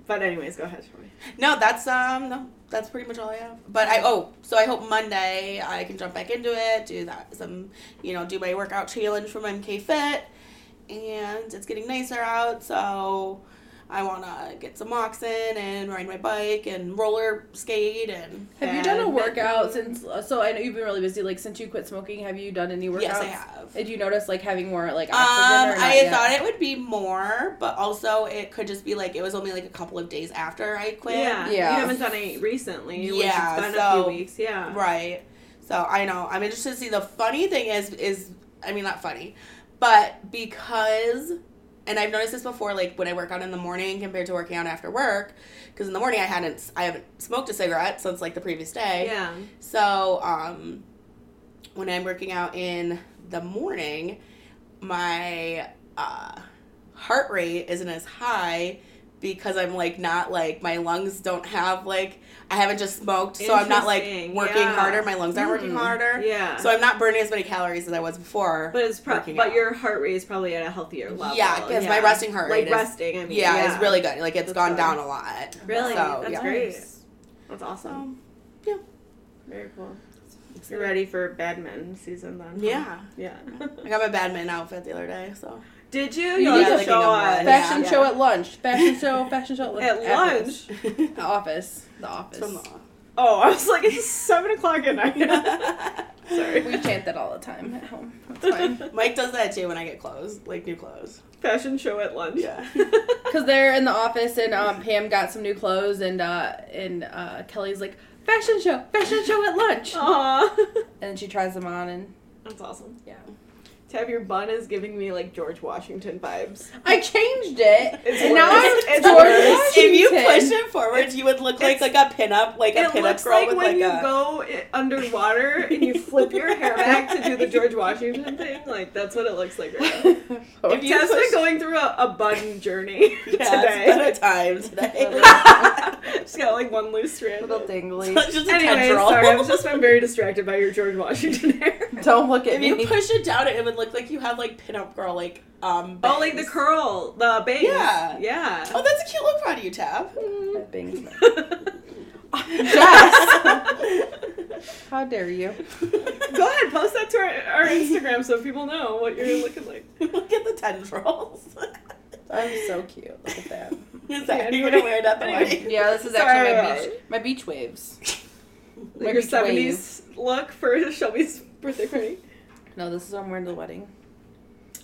Speaker 3: But anyways, go ahead. Shelby.
Speaker 4: No, that's um no, that's pretty much all I have. But I oh, so I hope Monday I can jump back into it, do that some you know, do my workout challenge from MK Fit. And it's getting nicer out, so I wanna get some walks in and ride my bike and roller skate and
Speaker 2: have you done a
Speaker 3: Bad.
Speaker 2: workout since? uh, So I know you've been really busy. Like since you quit smoking, have you done any workouts?
Speaker 4: yes I have.
Speaker 2: Did you notice like having more like
Speaker 4: Um,
Speaker 2: oxygen? or not
Speaker 4: I
Speaker 2: yet?
Speaker 4: thought it would be more, but also it could just be like it was only like a couple of days after I quit.
Speaker 3: Yeah.
Speaker 2: Yeah.
Speaker 3: You haven't done any recently, which
Speaker 4: Yeah,
Speaker 3: it's been a
Speaker 4: so-
Speaker 3: few weeks. Yeah.
Speaker 4: Right. So I know. I'm interested to see. The funny thing is, is I mean, not funny, but because, and I've noticed this before, like when I work out in the morning compared to working out after work, because in the morning I hadn't, I haven't smoked a cigarette since like the previous day.
Speaker 3: Yeah.
Speaker 4: So um, when I'm working out in the morning, my uh, heart rate isn't as high because I'm like not like my lungs don't have like I haven't just smoked, so I'm not like
Speaker 3: Interesting,
Speaker 4: working
Speaker 3: yeah. Mm,
Speaker 4: harder. My lungs aren't working harder.
Speaker 3: Yeah.
Speaker 4: So I'm not burning as many calories as I was before.
Speaker 3: But it's pro-
Speaker 4: working
Speaker 3: but
Speaker 4: out.
Speaker 3: your heart rate is probably at a healthier level.
Speaker 4: yeah, because my resting heart
Speaker 3: like
Speaker 4: rate is
Speaker 3: resting. I mean,
Speaker 4: yeah, it's really good. Like it's
Speaker 3: That's
Speaker 4: gone
Speaker 3: good.
Speaker 4: down a lot.
Speaker 3: really
Speaker 2: Oh,
Speaker 4: So,
Speaker 3: that's
Speaker 4: yeah.
Speaker 3: great. That's awesome.
Speaker 2: Um,
Speaker 4: So
Speaker 3: Very cool. You're ready for badminton season then? huh?
Speaker 4: yeah,
Speaker 3: Yeah.
Speaker 4: I got my badminton outfit the other day. So
Speaker 3: Did you? You
Speaker 4: No,
Speaker 3: need
Speaker 4: I
Speaker 3: to
Speaker 4: think
Speaker 3: show
Speaker 4: I'm
Speaker 3: us
Speaker 4: ready.
Speaker 2: Fashion
Speaker 4: Yeah.
Speaker 2: show at lunch. Fashion show. Fashion show at lunch.
Speaker 3: at lunch.
Speaker 2: The office. The office.
Speaker 4: from the
Speaker 3: Oh, I was like, it's seven o'clock at night.
Speaker 2: We
Speaker 3: Sorry.
Speaker 2: chant that all the time at home. That's fine.
Speaker 4: Mike does that too when I get clothes, like new clothes.
Speaker 3: Fashion show at lunch.
Speaker 4: Yeah.
Speaker 2: Cause they're in the office and um, Pam got some new clothes and uh, and uh, Kelly's like fashion show, fashion show at lunch,
Speaker 3: Aw.
Speaker 2: and she tries them on and
Speaker 3: That's awesome.
Speaker 2: Yeah.
Speaker 3: Tab, your bun is giving me like George Washington vibes.
Speaker 2: I changed it
Speaker 3: It's
Speaker 2: and now
Speaker 3: worse.
Speaker 2: I'm
Speaker 3: It's
Speaker 2: George
Speaker 3: worse.
Speaker 4: if you push
Speaker 2: Washington.
Speaker 4: it forward, you would look like like
Speaker 3: it's-
Speaker 4: a pinup, like a
Speaker 3: It
Speaker 4: pinup
Speaker 3: looks
Speaker 4: girl
Speaker 3: like
Speaker 4: with
Speaker 3: when
Speaker 4: like
Speaker 3: you
Speaker 4: a.
Speaker 3: go i- underwater and you flip your hair back to do the George Washington thing. Like that's what it looks like right now.
Speaker 4: if you
Speaker 3: Tess
Speaker 4: push,
Speaker 3: been going through a, a bun journey
Speaker 4: yeah,
Speaker 3: today.
Speaker 4: it's been a time today.
Speaker 3: She's got like one loose strand.
Speaker 2: Little
Speaker 4: So
Speaker 2: dingly.
Speaker 4: it's just a
Speaker 3: Anyway,
Speaker 4: tendril.
Speaker 3: sorry, I've just been very distracted by your George Washington hair.
Speaker 2: Don't look at
Speaker 4: if you
Speaker 2: me.
Speaker 4: push it down, it would look like you have like pinup girl like um.
Speaker 3: Oh, like the
Speaker 4: bangs.
Speaker 3: curl, the bangs.
Speaker 4: Yeah.
Speaker 3: yeah.
Speaker 4: Oh, that's a cute look on you, Tab.
Speaker 2: Bing. How dare you?
Speaker 3: Go ahead, post that to our, our Instagram so people know what you're looking like.
Speaker 4: look at the tendrils.
Speaker 2: I'm so cute. Look at that.
Speaker 4: Is that
Speaker 3: Yeah,
Speaker 4: you gonna wear it at the
Speaker 3: anyway.
Speaker 4: wedding?
Speaker 2: Yeah, this is
Speaker 3: Sorry.
Speaker 2: actually my beach, my beach waves. My
Speaker 3: Your
Speaker 2: beach
Speaker 3: 70s
Speaker 2: waves.
Speaker 3: look for Shelby's birthday party.
Speaker 2: Oh, No, this is what I'm wearing to the wedding.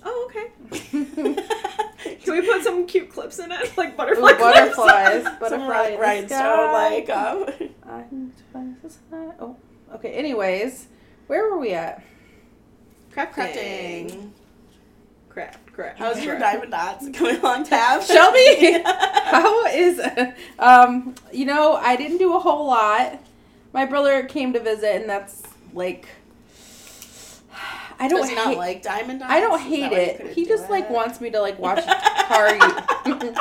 Speaker 3: Oh, okay. Can we put some cute clips in it, like
Speaker 2: Ooh,
Speaker 3: butterfly? clips?
Speaker 2: butterflies.
Speaker 4: Some
Speaker 2: Butterfly in
Speaker 4: ri-
Speaker 2: the
Speaker 4: rhinestone,
Speaker 2: sky.
Speaker 4: like um,
Speaker 2: I need to find this one. Oh, okay. Anyways, where were we at?
Speaker 3: Crap, crap, dang.
Speaker 4: crafting.
Speaker 3: Crap, crap.
Speaker 4: How's your
Speaker 3: crap.
Speaker 4: diamond dots going along tab?
Speaker 2: Shelby! How is? Um, you know, I didn't do a whole lot. My brother came to visit, and that's like, I don't
Speaker 4: Does he not
Speaker 2: hate-
Speaker 4: like diamond dots?
Speaker 2: I don't
Speaker 4: Is that
Speaker 2: hate
Speaker 4: why you
Speaker 2: it.
Speaker 4: couldn't
Speaker 2: He
Speaker 4: do
Speaker 2: just like
Speaker 4: it?
Speaker 2: wants me to like watch car. You-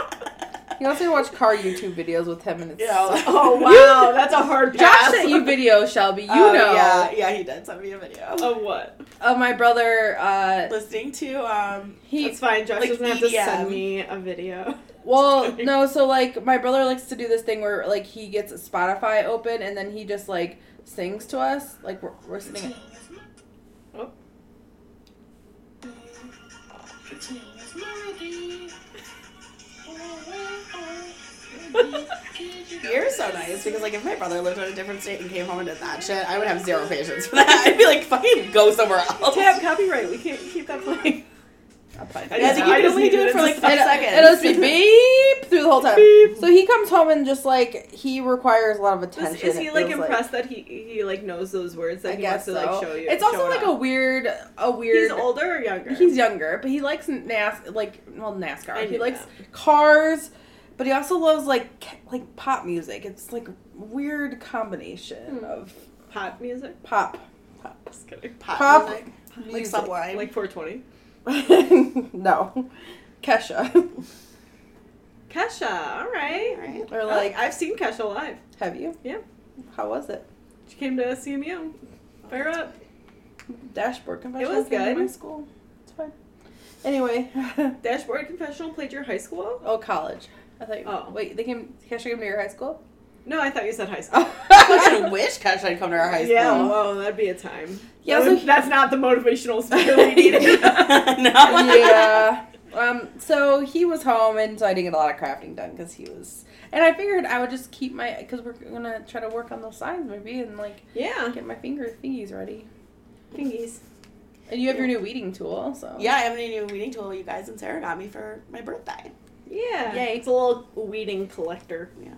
Speaker 2: he wants me to watch car YouTube videos with him, and it's
Speaker 4: Yeah.
Speaker 2: so-
Speaker 3: Oh wow, that's a hard
Speaker 2: Josh
Speaker 3: pass.
Speaker 2: sent you videos, Shelby. You
Speaker 4: Oh,
Speaker 2: know, Oh.
Speaker 4: Yeah, yeah, he did send me a video.
Speaker 3: Of what?
Speaker 2: of my brother. Uh,
Speaker 4: Listening to um,
Speaker 2: he
Speaker 3: It's fine. Josh
Speaker 4: Like
Speaker 3: doesn't have to
Speaker 4: EDM.
Speaker 3: send me a video.
Speaker 2: Well,
Speaker 3: kidding.
Speaker 2: no, so like my brother likes to do this thing where like he gets Spotify open and then he just like sings to us. Like we're, we're sitting.
Speaker 4: You're so nice because like if my brother lived in a different state and came home and did that shit, I would have zero patience for that. I'd be like, fucking go somewhere else.
Speaker 3: Tab copyright. We can't keep that playing.
Speaker 2: I'll probably-
Speaker 3: I
Speaker 4: Yeah, I think you
Speaker 3: I
Speaker 4: can
Speaker 3: just
Speaker 4: only do
Speaker 3: needed
Speaker 4: it for
Speaker 3: it
Speaker 4: like
Speaker 3: to
Speaker 4: five
Speaker 2: It'll-
Speaker 4: seconds.
Speaker 2: It'll just be beep through the whole time.
Speaker 3: Beep.
Speaker 2: So he comes home and just like he requires a lot of
Speaker 3: Does-
Speaker 2: attention.
Speaker 3: is he
Speaker 2: it
Speaker 3: like
Speaker 2: feels
Speaker 3: impressed that he he like knows those words that
Speaker 2: I
Speaker 3: he wants
Speaker 2: guess
Speaker 3: to
Speaker 2: so.
Speaker 3: like show you?
Speaker 2: it's also like a weird, a weird.
Speaker 3: He's older or younger?
Speaker 2: He's younger, but he likes NAS like well NASCAR.
Speaker 3: I
Speaker 2: he
Speaker 3: knew
Speaker 2: likes cars, but he also loves like ca- like pop music. It's like weird combination
Speaker 3: Hmm.
Speaker 2: of
Speaker 3: pop music.
Speaker 2: pop
Speaker 3: Just kidding.
Speaker 4: pop,
Speaker 2: Pop.
Speaker 4: music, like
Speaker 2: music.
Speaker 4: sublime.
Speaker 3: Like 420.
Speaker 2: no, Kesha
Speaker 3: Kesha. All right.
Speaker 4: Alright.
Speaker 2: or like
Speaker 3: I've seen Kesha live.
Speaker 2: have you?
Speaker 3: Yeah.
Speaker 2: How was it?
Speaker 3: She came to CMU. Fire up.
Speaker 2: Dashboard confession.
Speaker 3: was good.
Speaker 2: My school. It's fine. Anyway,
Speaker 3: Dashboard Confessional played your high school?
Speaker 2: oh college. I thought. You,
Speaker 3: Oh.
Speaker 2: wait, they came. Kesha came to your high school.
Speaker 3: No, I thought you said high school.
Speaker 4: I fucking wish Kesha had come to our high school.
Speaker 3: Yeah, well, that'd be a time.
Speaker 2: Yeah,
Speaker 3: That
Speaker 2: so
Speaker 3: would-
Speaker 2: he-
Speaker 3: that's not the motivational speaker we needed.
Speaker 4: no.
Speaker 2: yeah. Um, so he was home, and so I didn't get a lot of crafting done because he was. And I figured I would just keep my because we're gonna try to work on those signs maybe, and like
Speaker 3: yeah.
Speaker 2: get my finger thingies ready.
Speaker 3: Fingies.
Speaker 2: And you have your new weeding tool also.
Speaker 4: Yeah, I have a new weeding tool you guys and Sarah got me for my birthday.
Speaker 3: Yeah.
Speaker 2: Yay.
Speaker 3: It's a little weeding collector.
Speaker 4: Yeah.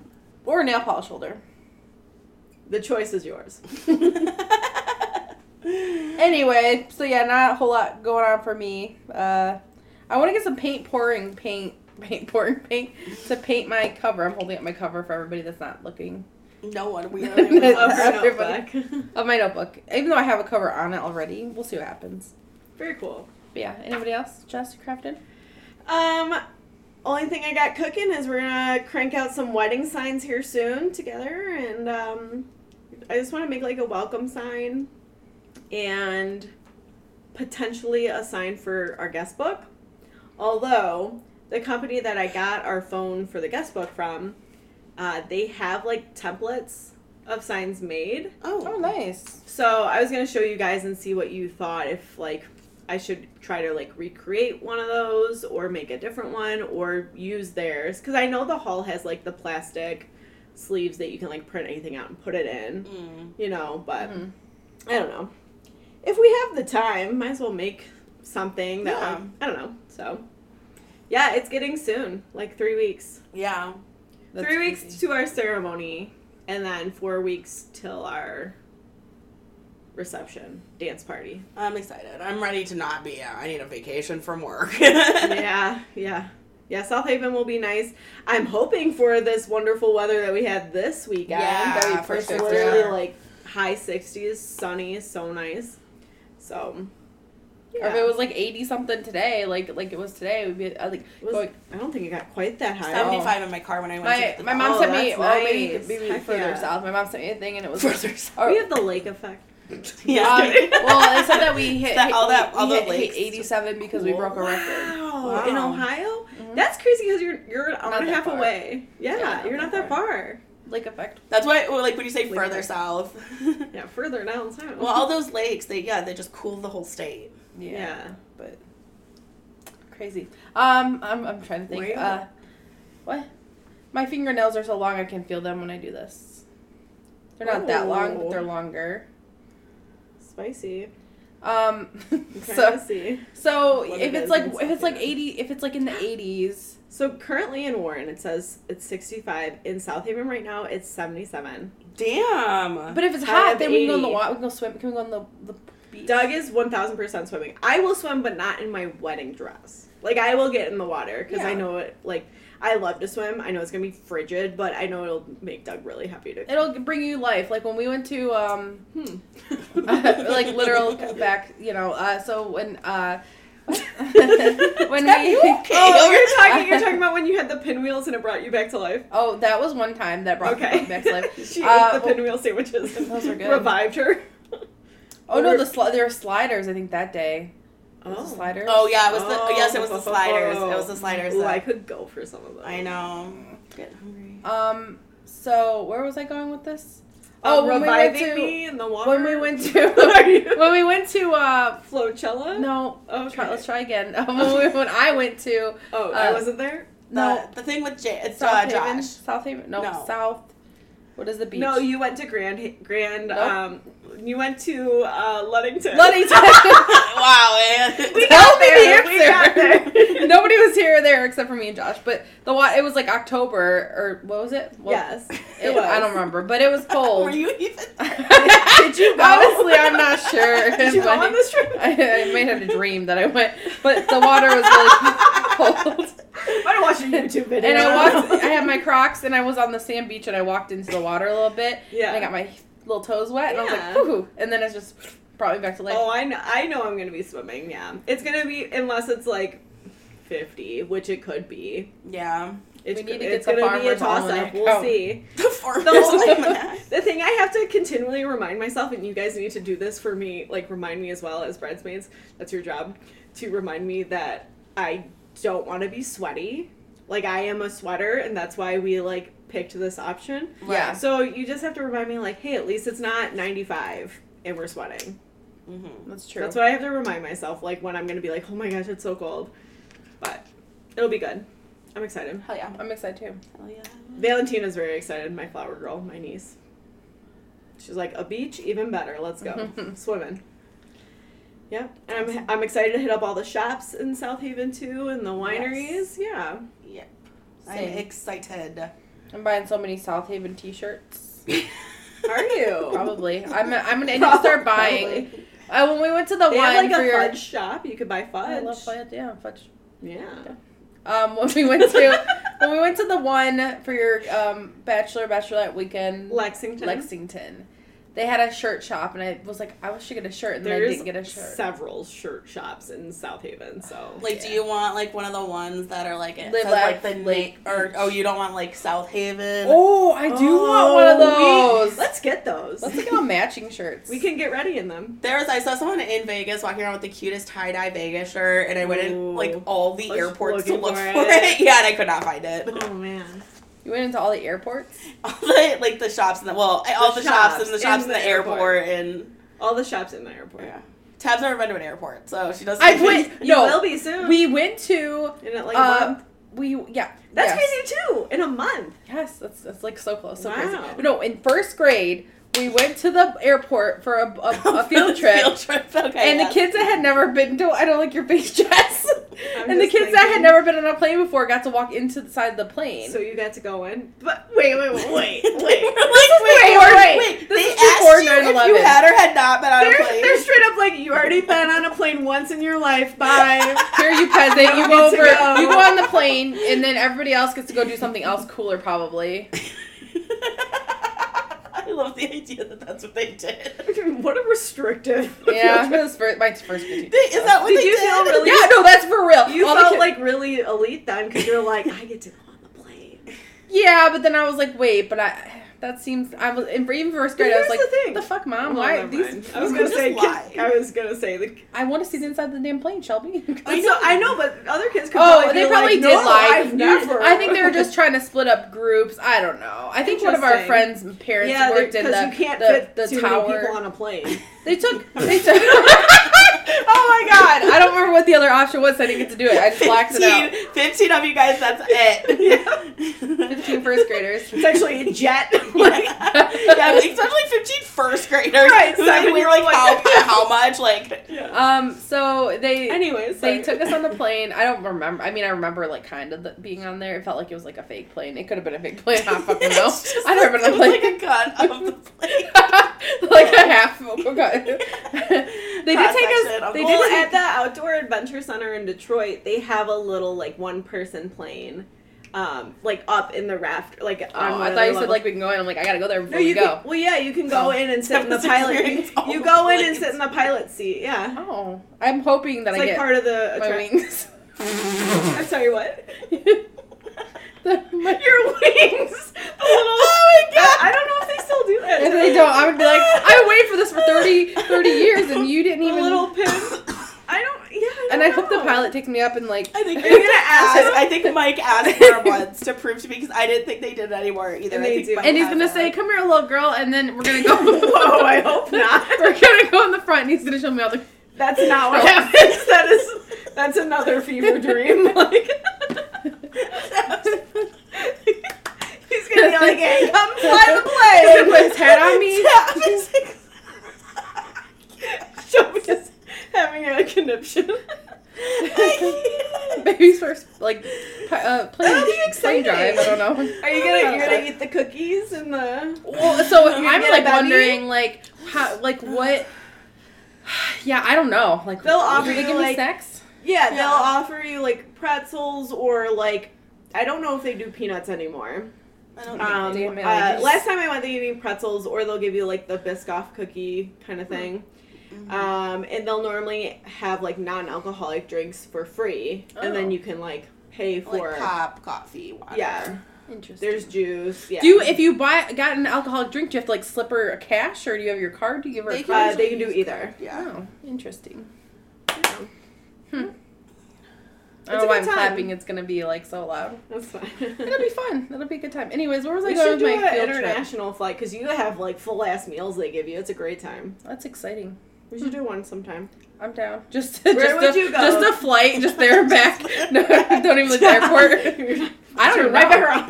Speaker 2: Or nail polish holder.
Speaker 3: The choice is yours.
Speaker 2: Anyway, so yeah, not a whole lot going on for me. Uh, I want to get some paint pouring paint. Paint pouring paint to paint my cover. I'm holding up my cover for everybody that's not looking
Speaker 4: no one. We are.
Speaker 3: Of her
Speaker 2: Everybody.
Speaker 3: notebook.
Speaker 2: of my notebook. Even though I have a cover on it already, we'll see what happens.
Speaker 3: Very cool.
Speaker 2: But yeah, anybody else? Jess, you crafted?
Speaker 3: Um, only thing I got cooking is we're gonna crank out some wedding signs here soon together, and um, I just want to make like a welcome sign, and potentially a sign for our guest book. Although the company that I got our phone for the guest book from, uh, they have like templates of signs made.
Speaker 2: Oh,
Speaker 4: Oh,
Speaker 2: nice.
Speaker 3: So I was gonna show you guys and see what you thought if like I should try to like recreate one of those or make a different one or use theirs because I know the hall has like the plastic sleeves that you can like print anything out and put it in,
Speaker 4: Mm.
Speaker 3: you know. But
Speaker 2: Mhm.
Speaker 3: I don't know. If we have the time, might as well make something that
Speaker 4: Yeah.
Speaker 3: like, I don't know. So yeah, it's getting soon, like three weeks.
Speaker 4: yeah.
Speaker 2: That's
Speaker 3: three
Speaker 2: easy.
Speaker 3: weeks to our ceremony, and then four weeks till our reception dance party.
Speaker 4: I'm excited. I'm ready to not be out. I need a vacation from work.
Speaker 3: yeah, yeah. Yeah, South Haven will be nice. I'm hoping for this wonderful weather that we had this weekend.
Speaker 4: Yeah,
Speaker 3: That we-
Speaker 4: for
Speaker 3: it's
Speaker 4: sure.
Speaker 3: literally like high 60s, sunny, so nice. So,
Speaker 2: Or if
Speaker 3: yeah.
Speaker 2: it was like 80 something today, like like it was today, it would be I think
Speaker 3: It was-
Speaker 2: going-
Speaker 3: I don't think it got quite that high.
Speaker 2: Seventy-
Speaker 4: 75 in my car when I went
Speaker 2: my
Speaker 4: to the
Speaker 2: my
Speaker 3: oh,
Speaker 2: mom sent me
Speaker 3: that's
Speaker 2: well, maybe,
Speaker 3: nice.
Speaker 2: maybe
Speaker 3: Heck
Speaker 2: further
Speaker 3: yeah.
Speaker 2: south. My mom sent me a thing and it was
Speaker 4: further south.
Speaker 2: or-
Speaker 3: We have the lake effect.
Speaker 4: Yeah.
Speaker 2: um,
Speaker 3: kidding.
Speaker 2: well, it said that we hit
Speaker 4: That- all
Speaker 2: we-
Speaker 4: that-
Speaker 2: we
Speaker 4: all the
Speaker 2: hit- hit
Speaker 4: lakes.
Speaker 2: 87 because we broke a record.
Speaker 3: Wow.
Speaker 4: Wow.
Speaker 3: In Ohio?
Speaker 2: Mhm.
Speaker 3: That's crazy because you're, you're an hour
Speaker 2: Not
Speaker 3: and a
Speaker 2: that
Speaker 3: half
Speaker 2: far.
Speaker 3: away. Yeah,
Speaker 2: Yeah, not
Speaker 3: you're
Speaker 2: that
Speaker 3: not that far.
Speaker 2: Lake effect.
Speaker 4: That's why, well, like, when you say
Speaker 2: Wait,
Speaker 4: further
Speaker 2: wait.
Speaker 4: south,
Speaker 3: Yeah, further downtown.
Speaker 4: well, all those lakes, they, yeah, they just cool the whole state.
Speaker 2: Yeah.
Speaker 3: yeah.
Speaker 2: But crazy. Um I'm I'm trying to
Speaker 4: Where you
Speaker 2: think. Uh what? My fingernails are so long I can feel them when I do this. They're not that long,
Speaker 3: Ooh.
Speaker 2: but they're longer.
Speaker 3: Spicy.
Speaker 2: Um,
Speaker 3: so
Speaker 2: so
Speaker 3: see.
Speaker 2: so
Speaker 3: What
Speaker 2: if
Speaker 3: it
Speaker 2: it's
Speaker 3: is,
Speaker 2: like
Speaker 3: it's
Speaker 2: if it's like
Speaker 3: updated.
Speaker 2: eighty if it's like in the eighties.
Speaker 3: So currently in Warren, it says it's 65. In South Haven right now, it's 77.
Speaker 4: Damn.
Speaker 2: But if it's
Speaker 3: High
Speaker 2: hot,
Speaker 3: of
Speaker 2: then we can go in the
Speaker 3: 80.
Speaker 2: water. We can go swim. Can we go on the the beach?
Speaker 3: Doug is 1000% swimming. I will swim, but not in my wedding dress. Like, I will get in the water because I
Speaker 2: Yeah.
Speaker 3: know it, like, I love to swim. I know it's going to be frigid, but I know it'll make Doug really happy to.
Speaker 2: It'll bring you life. Like when we went to um,
Speaker 3: Hmm.
Speaker 2: like literal back, you know. Uh, so when uh, when
Speaker 4: Steph,
Speaker 2: we
Speaker 4: you okay?
Speaker 3: Oh, you're talking, you're talking about when you had the pinwheels and it brought you back to life.
Speaker 2: oh, that was one time that brought
Speaker 3: Okay.
Speaker 2: me back to life.
Speaker 3: she
Speaker 2: Uh,
Speaker 3: ate the pinwheel sandwiches and
Speaker 2: Those are good.
Speaker 3: revived her.
Speaker 2: Oh no, the sli- there were sliders. I think that day. Was it sliders.
Speaker 4: Oh yeah, it was the
Speaker 3: Oh.
Speaker 4: yes, it was the sliders. It was the sliders.
Speaker 3: Ooh,
Speaker 4: that-
Speaker 3: I could go for some of those.
Speaker 4: I know. Get hungry.
Speaker 2: Um. So where was I going with this?
Speaker 3: Oh,
Speaker 2: when we went
Speaker 3: reviving
Speaker 2: to-
Speaker 3: me in the water.
Speaker 2: When we went
Speaker 3: Are
Speaker 2: to
Speaker 3: you-
Speaker 2: when we went to uh
Speaker 3: Flocella?
Speaker 2: no.
Speaker 3: Okay.
Speaker 2: Try, let's try again. when, we, when I went to
Speaker 3: Oh, I
Speaker 2: uh,
Speaker 3: wasn't there.
Speaker 4: The,
Speaker 2: no
Speaker 4: the thing with Jay, it's
Speaker 2: South
Speaker 4: uh,
Speaker 2: Haven.
Speaker 4: Josh.
Speaker 2: South Haven. No,
Speaker 4: No.
Speaker 2: South. What is the beach?
Speaker 3: No, you went to Grand Grand.
Speaker 2: Nope.
Speaker 3: Um, you went to uh, Ludington.
Speaker 2: Ludington.
Speaker 4: wow, man.
Speaker 3: we
Speaker 2: Tell
Speaker 3: got
Speaker 2: me
Speaker 3: there.
Speaker 2: the
Speaker 3: We got there.
Speaker 2: Nobody was here or there except for me and Josh. But the wa- it was like October or what was it? Well,
Speaker 3: yes,
Speaker 2: it-
Speaker 3: it was.
Speaker 2: I don't remember, but it was cold.
Speaker 4: Were you even?
Speaker 2: Did
Speaker 3: you go?
Speaker 2: Honestly, I'm not sure.
Speaker 3: Did you go on this trip?
Speaker 2: I, I might have a dream that I went, but the water was really cold.
Speaker 3: I watched a YouTube video.
Speaker 2: And I walked. I had my Crocs, and I was on the sand beach, and I walked into the water a little bit,
Speaker 3: Yeah.
Speaker 2: and I got my little toes wet, and I was
Speaker 3: Yeah.
Speaker 2: like, "Ooh!" And then it's just brought me back to life.
Speaker 3: oh, I know. I know. I'm gonna be swimming. Yeah, it's gonna be unless it's like fifty, which it could be.
Speaker 4: yeah.
Speaker 3: It's,
Speaker 2: We need to
Speaker 3: go-
Speaker 2: get
Speaker 3: it's
Speaker 2: the
Speaker 3: gonna be a
Speaker 2: farmer's
Speaker 3: toss up.
Speaker 2: almanac
Speaker 3: We'll
Speaker 2: out.
Speaker 3: see.
Speaker 4: The farmer's
Speaker 3: whole-
Speaker 4: almanac.
Speaker 3: The thing I have to continually remind myself, and you guys need to do this for me, like remind me as well as bridesmaids. That's your job to remind me that I don't want to be sweaty. Like I am a sweater, and that's why we like picked this option.
Speaker 2: Yeah.
Speaker 3: So you just have to remind me, like, hey, at least it's not 95 and we're sweating.
Speaker 4: Mm-hmm.
Speaker 2: That's true.
Speaker 3: That's what I have to remind myself, like when I'm gonna be like, oh my gosh, it's so cold. But it'll be good. I'm excited.
Speaker 4: Hell yeah.
Speaker 2: I'm excited too.
Speaker 4: Hell yeah.
Speaker 3: Valentina's very excited, my flower girl, my niece. She's like, a beach, even better. Let's go. Swimming. Yep. And I'm, I'm excited to hit up all the shops in South Haven, too, and the wineries. Yeah.
Speaker 4: Yep. I'm
Speaker 2: Same.
Speaker 4: excited.
Speaker 2: I'm buying so many South Haven T-shirts.
Speaker 3: Are you?
Speaker 2: Probably. I'm. I'm gonna I need to start buying.
Speaker 3: Probably.
Speaker 2: Uh, when we went to the
Speaker 3: They
Speaker 2: one
Speaker 3: have like
Speaker 2: for
Speaker 3: a
Speaker 2: your,
Speaker 3: fudge shop. You could buy fudge.
Speaker 2: I love fudge. Yeah, fudge.
Speaker 3: Yeah.
Speaker 2: Um, when we went to when we went to the one for your um bachelor bachelorette weekend,
Speaker 3: Lexington.
Speaker 2: Lexington, they had a shirt shop, and I was like, I should get a shirt, and then I
Speaker 3: There's
Speaker 2: didn't get a shirt.
Speaker 3: several shirt shops in South Haven, so.
Speaker 4: Like, do you want like one of the ones that are like it
Speaker 2: Live
Speaker 4: says,
Speaker 2: laugh,
Speaker 4: like the
Speaker 2: lake
Speaker 4: Nate or oh you don't want like South Haven?
Speaker 2: Oh, I do want one
Speaker 3: Oh, we-
Speaker 2: of those.
Speaker 3: let's get those.
Speaker 2: Let's look at all matching shirts.
Speaker 3: we can get ready in them.
Speaker 4: There was I saw someone in Vegas walking around with the cutest tie dye Vegas shirt, and I went in like
Speaker 3: Ooh.
Speaker 4: all the
Speaker 3: Was
Speaker 4: airports to
Speaker 3: looking
Speaker 4: look
Speaker 3: for
Speaker 4: for,
Speaker 3: it.
Speaker 4: it. Yeah, and I could not find it.
Speaker 3: Oh, man.
Speaker 2: You went into all the airports.
Speaker 4: all the like the shops and the well, I- all
Speaker 3: The
Speaker 4: the, shops,
Speaker 3: shops
Speaker 4: and the shops
Speaker 3: and
Speaker 4: and the,
Speaker 3: the
Speaker 4: airport.
Speaker 3: airport.
Speaker 4: and
Speaker 3: All the shops in the airport.
Speaker 4: yeah. Tab's never been to an airport, so she doesn't.
Speaker 2: I went.
Speaker 3: You will
Speaker 2: No,
Speaker 3: be soon.
Speaker 2: we went to.
Speaker 3: in like a
Speaker 2: Um,
Speaker 3: month.
Speaker 2: we yeah.
Speaker 3: That's
Speaker 2: yes.
Speaker 3: crazy too. In a month.
Speaker 2: Yes, that's that's like so close, so
Speaker 3: Wow.
Speaker 2: crazy. No, in first grade, we went to the airport for a, a, a field trip,
Speaker 4: Field trip. Okay.
Speaker 2: and the
Speaker 4: yes.
Speaker 2: kids that had never been to I don't like your face, Jess.
Speaker 3: I'm
Speaker 2: and the
Speaker 3: just
Speaker 2: kids that had
Speaker 3: thinking.
Speaker 2: never been on a plane before got to walk into the side of the plane.
Speaker 3: So you got to go in. But wait, wait, wait, wait, wait.
Speaker 4: We're like, wait,
Speaker 2: wait,
Speaker 4: wait,
Speaker 2: wait.
Speaker 4: wait,
Speaker 2: This
Speaker 4: They
Speaker 2: is before
Speaker 4: asked you if
Speaker 2: 9/11.
Speaker 4: you had or had not been on a
Speaker 3: They're,
Speaker 4: plane.
Speaker 3: they're straight up like you already been on a plane once in your life. Bye.
Speaker 2: Here you peasant, you
Speaker 3: I
Speaker 2: go
Speaker 3: don't need
Speaker 2: over,
Speaker 3: to go.
Speaker 2: you go on the plane, and then everybody else gets to go do something else cooler, probably.
Speaker 4: I love the idea that that's what they did.
Speaker 3: what a restrictive.
Speaker 2: Yeah,
Speaker 3: field trip.
Speaker 2: that was fir- my first critique.
Speaker 4: They- Is that what
Speaker 3: Did
Speaker 4: they
Speaker 3: you
Speaker 4: did?
Speaker 3: feel really-
Speaker 2: Yeah, no, that's for real.
Speaker 3: You
Speaker 2: All the
Speaker 3: felt
Speaker 2: kid-
Speaker 3: like really elite then because you're like, I get to go on the plane.
Speaker 2: yeah, but then I was like, wait, but I that seems I was and for even first grade, I was
Speaker 3: here's
Speaker 2: like,
Speaker 3: the thing.
Speaker 2: the fuck,
Speaker 3: Oh,
Speaker 2: mom, why
Speaker 3: never mind.
Speaker 2: these?
Speaker 3: I was gonna
Speaker 4: Just
Speaker 3: say.
Speaker 4: lie.
Speaker 3: Kids, I was gonna say. The,
Speaker 2: I want to see the inside of the damn plane, Shelby.
Speaker 3: I know. I know, but other kids could.
Speaker 2: Oh,
Speaker 3: probably
Speaker 2: they
Speaker 3: be
Speaker 2: probably
Speaker 3: like,
Speaker 2: did
Speaker 3: no,
Speaker 2: lie.
Speaker 3: I've never.
Speaker 2: I think they were just trying to split up groups. I don't know. I think one of our
Speaker 3: Interesting.
Speaker 2: friends' parents
Speaker 3: Yeah,
Speaker 2: worked in
Speaker 3: because
Speaker 2: the
Speaker 3: you can't
Speaker 2: the,
Speaker 3: fit
Speaker 2: the
Speaker 3: too many
Speaker 2: tower.
Speaker 3: Oh people on a plane.
Speaker 2: They took they took
Speaker 3: oh,
Speaker 2: my god! I don't remember what the other option was. So I didn't get to do it. I just blacked it out.
Speaker 4: 15, 15 of you guys, that's it.
Speaker 2: Fifteen first graders.
Speaker 3: It's actually a jet.
Speaker 4: like,
Speaker 3: Like,
Speaker 4: yeah, like, especially 15 first graders.
Speaker 3: Right,
Speaker 4: who then we were like,
Speaker 3: seven-year-old.
Speaker 4: how, how much? Like,
Speaker 2: Um. So they.
Speaker 3: anyways,
Speaker 2: They took us on the plane. I don't remember. I mean, I remember like kind of the, being on there. It felt like it was like a fake plane. It could have been a fake plane. I don't fucking know.
Speaker 4: It's just-
Speaker 2: I don't
Speaker 4: it
Speaker 2: remember.
Speaker 4: was
Speaker 2: Like,
Speaker 4: like a gun of the plane.
Speaker 2: like a half. Okay. they did take
Speaker 4: Cross-section
Speaker 2: us.
Speaker 4: of
Speaker 2: They
Speaker 4: the
Speaker 2: did
Speaker 3: well,
Speaker 2: take
Speaker 3: at the Outdoor Adventure Center in Detroit, they have a little like one person plane, um, like up in the raft, like on
Speaker 2: Oh,
Speaker 3: one
Speaker 2: I thought
Speaker 3: of the
Speaker 2: you said
Speaker 3: levels.
Speaker 2: like we can go in. I'm like I gotta go there before
Speaker 3: No,
Speaker 2: we
Speaker 3: you
Speaker 2: go. Oh.
Speaker 3: Can, well, yeah, you can go in and sit in
Speaker 4: That
Speaker 3: the
Speaker 4: was
Speaker 3: pilot.
Speaker 4: experience
Speaker 3: You,
Speaker 4: all
Speaker 3: you
Speaker 4: the
Speaker 3: go in and
Speaker 4: planes.
Speaker 3: sit in the pilot seat. Yeah,
Speaker 2: Oh, I'm hoping that
Speaker 3: it's
Speaker 2: I
Speaker 3: like
Speaker 2: get
Speaker 3: part of the.
Speaker 2: my
Speaker 3: attraction.
Speaker 2: wings.
Speaker 3: I'm sorry, what?
Speaker 2: My-
Speaker 3: Your wings. Uh,
Speaker 2: oh my
Speaker 3: I, I don't know if they still do that.
Speaker 2: If they don't, I would be like, I waited for this for 30, 30 years, and you didn't
Speaker 3: The
Speaker 2: even.
Speaker 3: little pin. I don't. Yeah. I
Speaker 2: and I
Speaker 3: don't
Speaker 2: hope the
Speaker 3: know.
Speaker 2: pilot takes me up and like.
Speaker 4: I think
Speaker 3: Are you gonna
Speaker 4: ask.
Speaker 3: ask him?
Speaker 4: I think Mike asked her once to prove to me because I didn't think they did anymore either.
Speaker 3: And
Speaker 4: I
Speaker 3: they
Speaker 4: think
Speaker 3: do.
Speaker 4: Mike
Speaker 2: And he's
Speaker 4: has
Speaker 2: gonna
Speaker 4: it.
Speaker 2: say, "Come here, little girl," and then we're gonna go.
Speaker 3: Whoa! I hope not.
Speaker 2: We're gonna go in the front, and he's gonna show me all the.
Speaker 3: That's not what happens. That is. That's another fever dream. Like. He's gonna be like, "Hey, come fly the
Speaker 2: He's
Speaker 3: plane."
Speaker 2: gonna put his hat on me.
Speaker 3: Shelby's having a conniption.
Speaker 2: Baby's first, like, pi- uh, plane,
Speaker 3: That'll be
Speaker 2: plane
Speaker 3: exciting.
Speaker 2: drive. I don't know.
Speaker 3: Are you gonna you're gonna eat the cookies and the
Speaker 2: Well, so
Speaker 3: You're
Speaker 2: I'm
Speaker 3: gonna
Speaker 2: like
Speaker 3: Betty?
Speaker 2: wondering, like, how, like what? Yeah, I don't know. Like,
Speaker 3: They'll
Speaker 2: do
Speaker 3: offer
Speaker 2: they
Speaker 3: you,
Speaker 2: give me
Speaker 3: like-
Speaker 2: snacks.
Speaker 3: yeah, they'll
Speaker 4: Yeah.
Speaker 3: offer you like pretzels or like I don't know if they do peanuts anymore.
Speaker 4: I don't
Speaker 3: Um,
Speaker 4: think
Speaker 3: uh,
Speaker 2: they do.
Speaker 3: last time I went, they gave me pretzels, or they'll give you like the Biscoff cookie kind
Speaker 2: Hmm.
Speaker 3: of thing. Um, and they'll normally have like non-alcoholic drinks for free, and then
Speaker 2: Oh.
Speaker 3: you can like pay
Speaker 4: they-
Speaker 3: for
Speaker 4: like pop, coffee, water.
Speaker 3: yeah.
Speaker 2: Interesting.
Speaker 3: There's juice. Yeah.
Speaker 2: Do you, if you buy got an alcoholic drink, do you have to like slip her a cash, or do you have your card? Do you give her
Speaker 4: They
Speaker 2: a
Speaker 4: can
Speaker 2: card?
Speaker 3: uh,
Speaker 4: usually
Speaker 3: they can do
Speaker 4: use
Speaker 3: either.
Speaker 4: Yeah.
Speaker 2: Oh, interesting.
Speaker 3: Yeah.
Speaker 2: I don't
Speaker 3: It's a
Speaker 2: know why
Speaker 3: good
Speaker 2: I'm
Speaker 3: time.
Speaker 2: clapping. It's gonna be like so loud.
Speaker 3: That's fine.
Speaker 2: It'll be fun. It'll be a good time. Anyways, where was I
Speaker 3: We
Speaker 2: going
Speaker 3: should
Speaker 2: with
Speaker 3: do
Speaker 2: my
Speaker 3: an
Speaker 2: field trip?
Speaker 3: international flight because you have like full ass meals they give you. It's a great time.
Speaker 2: That's exciting.
Speaker 3: We should do one sometime.
Speaker 2: I'm down. Just
Speaker 3: Where
Speaker 2: just
Speaker 3: would
Speaker 2: a,
Speaker 3: you go?
Speaker 2: Just a flight, just there and back. No, don't even look at the airport. I don't even
Speaker 3: Turn
Speaker 2: know.
Speaker 3: right back around.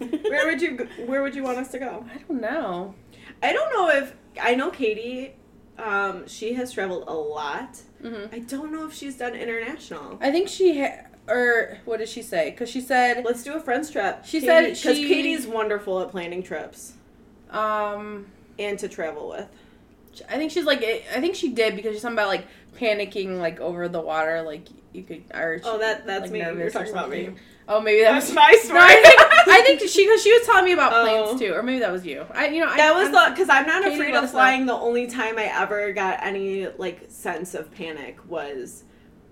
Speaker 3: Oh. Where would you go- Where would you want us to go?
Speaker 2: I don't know.
Speaker 3: I don't know if I know Katie. Um, she has traveled a lot.
Speaker 2: hmm
Speaker 3: I don't know if she's done international.
Speaker 2: I think she ha- or what did she say? Because she said
Speaker 3: Let's do a friends trip.
Speaker 2: She said
Speaker 3: because
Speaker 2: she-
Speaker 3: Katie's wonderful at planning trips
Speaker 2: um.
Speaker 3: and to travel with.
Speaker 2: I think she's like I think she did because she's something about like panicking like over the water like you could or
Speaker 3: Oh,
Speaker 2: she-
Speaker 3: that that's
Speaker 2: like,
Speaker 3: me. You're
Speaker 2: nervous or
Speaker 3: talking about me.
Speaker 2: something. oh maybe that was
Speaker 3: That's my
Speaker 2: no,
Speaker 3: story.
Speaker 2: I think I think she because she was telling me about
Speaker 3: Oh.
Speaker 2: planes too or maybe that was you I you know I,
Speaker 3: That was
Speaker 2: I'm-
Speaker 3: the because I'm not
Speaker 2: Katie,
Speaker 3: afraid
Speaker 2: let
Speaker 3: of
Speaker 2: us know.
Speaker 3: flying. The only time I ever got any like sense of panic was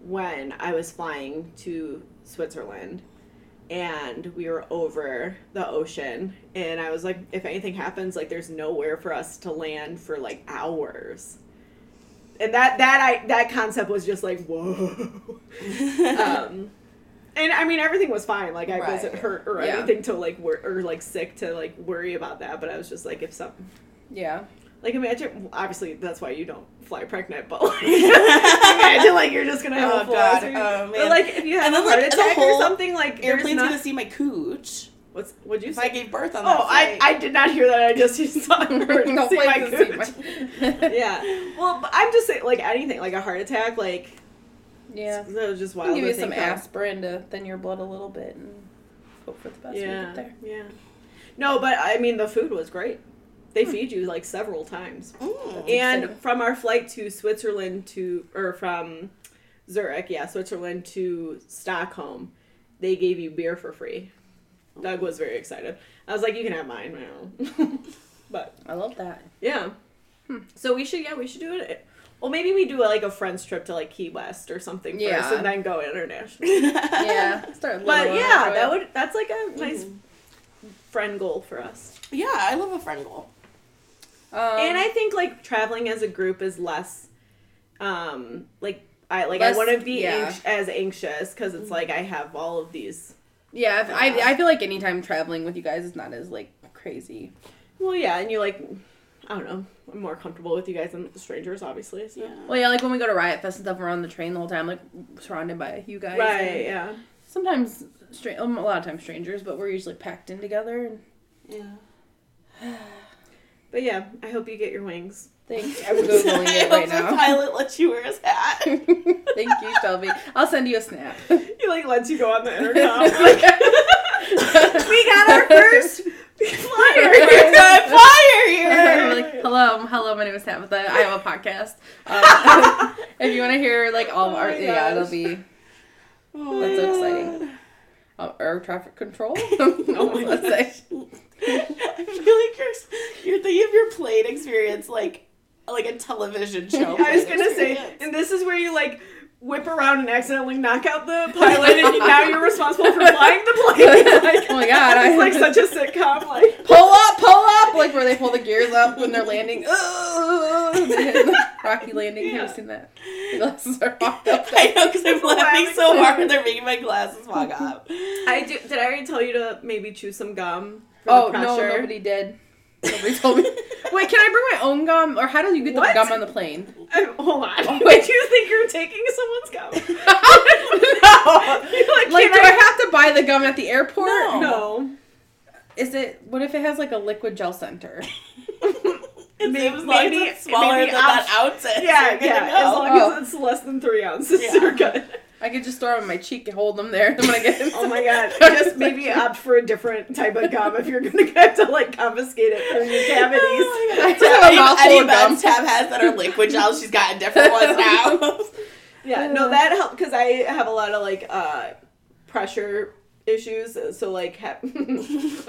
Speaker 3: when I was flying to Switzerland, and we were over the ocean, and I was like, if anything happens, like there's nowhere for us to land for like hours. And that that I that concept was just like whoa. um, and I mean everything was fine. Like I
Speaker 4: Right.
Speaker 3: wasn't hurt or
Speaker 2: Yeah.
Speaker 3: anything to like wor- or like sick to like worry about that. But I was just like, if something
Speaker 2: yeah
Speaker 3: like imagine, obviously that's why you don't fly pregnant. But like, imagine like you're just gonna have
Speaker 4: Oh,
Speaker 3: a full
Speaker 4: God.
Speaker 3: ulcer.
Speaker 4: Oh, man.
Speaker 3: But like if you have
Speaker 4: And
Speaker 3: a
Speaker 4: then, like,
Speaker 3: heart
Speaker 4: the
Speaker 3: attack
Speaker 4: whole
Speaker 3: or something, like
Speaker 4: Airplane's
Speaker 3: airplane's not,
Speaker 4: gonna see my cooch.
Speaker 3: what's what'd you
Speaker 4: If I
Speaker 3: say?
Speaker 4: gave birth on that
Speaker 3: Oh, I, I did not hear that. I just saw her
Speaker 2: No
Speaker 3: see my
Speaker 2: planes to see
Speaker 3: gooch.
Speaker 2: my-
Speaker 3: Yeah. Well, but I'm just saying, like anything, like a heart attack, like
Speaker 2: yeah
Speaker 3: that was just
Speaker 2: I can
Speaker 3: wild.
Speaker 2: give
Speaker 3: to
Speaker 2: you some
Speaker 3: think of.
Speaker 2: aspirin to thin your blood a little bit and hope for the best when you
Speaker 3: Yeah.
Speaker 2: get there
Speaker 3: Yeah. No, but I mean the food was great. They feed you like several times.
Speaker 4: Mm.
Speaker 3: And
Speaker 2: exciting.
Speaker 3: from our flight to Switzerland to or from Zurich, yeah, Switzerland to Stockholm, they gave you beer for free. Doug was very excited. I was like, "You can have mine." now." but
Speaker 2: I love that
Speaker 3: yeah.
Speaker 2: Hmm.
Speaker 3: So we should yeah, we should do it. Well, maybe we do like a friends trip to like Key West or something
Speaker 2: Yeah. Oh,
Speaker 3: first and then go international.
Speaker 2: yeah start
Speaker 3: But
Speaker 2: little and
Speaker 3: yeah,
Speaker 2: enjoy
Speaker 3: that
Speaker 2: it.
Speaker 3: would that's like a nice
Speaker 2: Mm-hmm.
Speaker 3: friend goal for us.
Speaker 4: Yeah, I love a friend goal.
Speaker 2: um,
Speaker 3: and I think like traveling as a group is less um like I like
Speaker 2: Less-
Speaker 3: I wouldn't be
Speaker 2: yeah. Mm-hmm.
Speaker 3: anx- as anxious cuz it's like I have all of these.
Speaker 2: yeah if- I I feel like anytime traveling with you guys is not as like crazy
Speaker 3: Well, yeah, and you like I don't know. I'm more comfortable with you guys than with strangers, obviously. So.
Speaker 2: Well, yeah, like when we go to Riot Fest and stuff, we're on the train the whole time, like surrounded by you guys.
Speaker 3: Right.
Speaker 2: and
Speaker 3: Yeah.
Speaker 2: Sometimes, stra- um, a lot of times strangers, but we're usually packed in together. And
Speaker 3: Yeah. But yeah, I hope you get your wings.
Speaker 2: thanks. I'm googling it right
Speaker 4: the
Speaker 2: now.
Speaker 4: pilot lets you wear his hat.
Speaker 2: Thank you, Shelby. I'll send you a snap.
Speaker 3: He like lets you go on the intercom. like, we got our first flyer.
Speaker 4: We're on fire here.
Speaker 2: We're like, hello, hello, my name is Tabitha. I have a podcast. Um, if you want to hear like all of our,
Speaker 3: Oh my
Speaker 2: yeah, it'll
Speaker 3: gosh.
Speaker 2: be that's so exciting. Um, air traffic control.
Speaker 4: Oh my
Speaker 2: Let's say.
Speaker 4: gosh. I feel like you're you're thinking of your plane experience like like a television show.
Speaker 2: Oh
Speaker 3: I was
Speaker 4: plane
Speaker 3: gonna say,
Speaker 4: experience.
Speaker 3: and this is where you like whip around and accidentally knock out the pilot, and now you're responsible for flying the plane. Like,
Speaker 2: Oh my god, I
Speaker 3: it's like such a sitcom. Like,
Speaker 2: pull up, pull up, like where they pull the gears up when they're landing. Ugh, they hit the Rocky landing. Have you
Speaker 3: Yeah.
Speaker 2: seen that? The glasses are rocked up.
Speaker 4: I know because I'm laughing
Speaker 3: laughing
Speaker 4: so hard they're making my glasses fog up.
Speaker 3: I do. Did I already tell you to maybe chew some gum? For
Speaker 2: Oh
Speaker 3: the
Speaker 2: no,
Speaker 3: pressure?
Speaker 2: nobody did. Nobody told me. Wait, can I bring my own gum, or how do you get the
Speaker 3: What?
Speaker 2: gum on the plane?
Speaker 3: Um, hold on.
Speaker 2: Oh, wait.
Speaker 3: Wait, do you think you're taking someone's gum?
Speaker 2: no.
Speaker 3: You're like,
Speaker 2: Like,
Speaker 3: "Can
Speaker 2: do I have to buy the gum at the airport?
Speaker 4: No.
Speaker 3: No.
Speaker 2: Is it? What if it has like a liquid gel center?
Speaker 4: It's,
Speaker 3: Maybe-
Speaker 4: it was like
Speaker 3: maybe-
Speaker 4: it's smaller
Speaker 3: maybe
Speaker 4: than that ounce. is,
Speaker 3: Yeah,
Speaker 4: you're gonna
Speaker 3: yeah. As
Speaker 4: know.
Speaker 3: long
Speaker 2: Oh.
Speaker 3: as it's less than three ounces,
Speaker 4: Yeah.
Speaker 3: you're good.
Speaker 2: I could just throw it on my cheek and hold them there. when I get
Speaker 3: Oh my god. Just maybe opt for a different type of gum if you're gonna have to like confiscate it from your cavities.
Speaker 4: Oh my
Speaker 2: I
Speaker 4: God.
Speaker 2: just have a mouthful
Speaker 4: Any
Speaker 2: of gum.
Speaker 4: meds Tab has that are liquid gels. She's gotten different ones now.
Speaker 3: Yeah, no, that helped because I have a lot of like uh pressure issues. So like ha-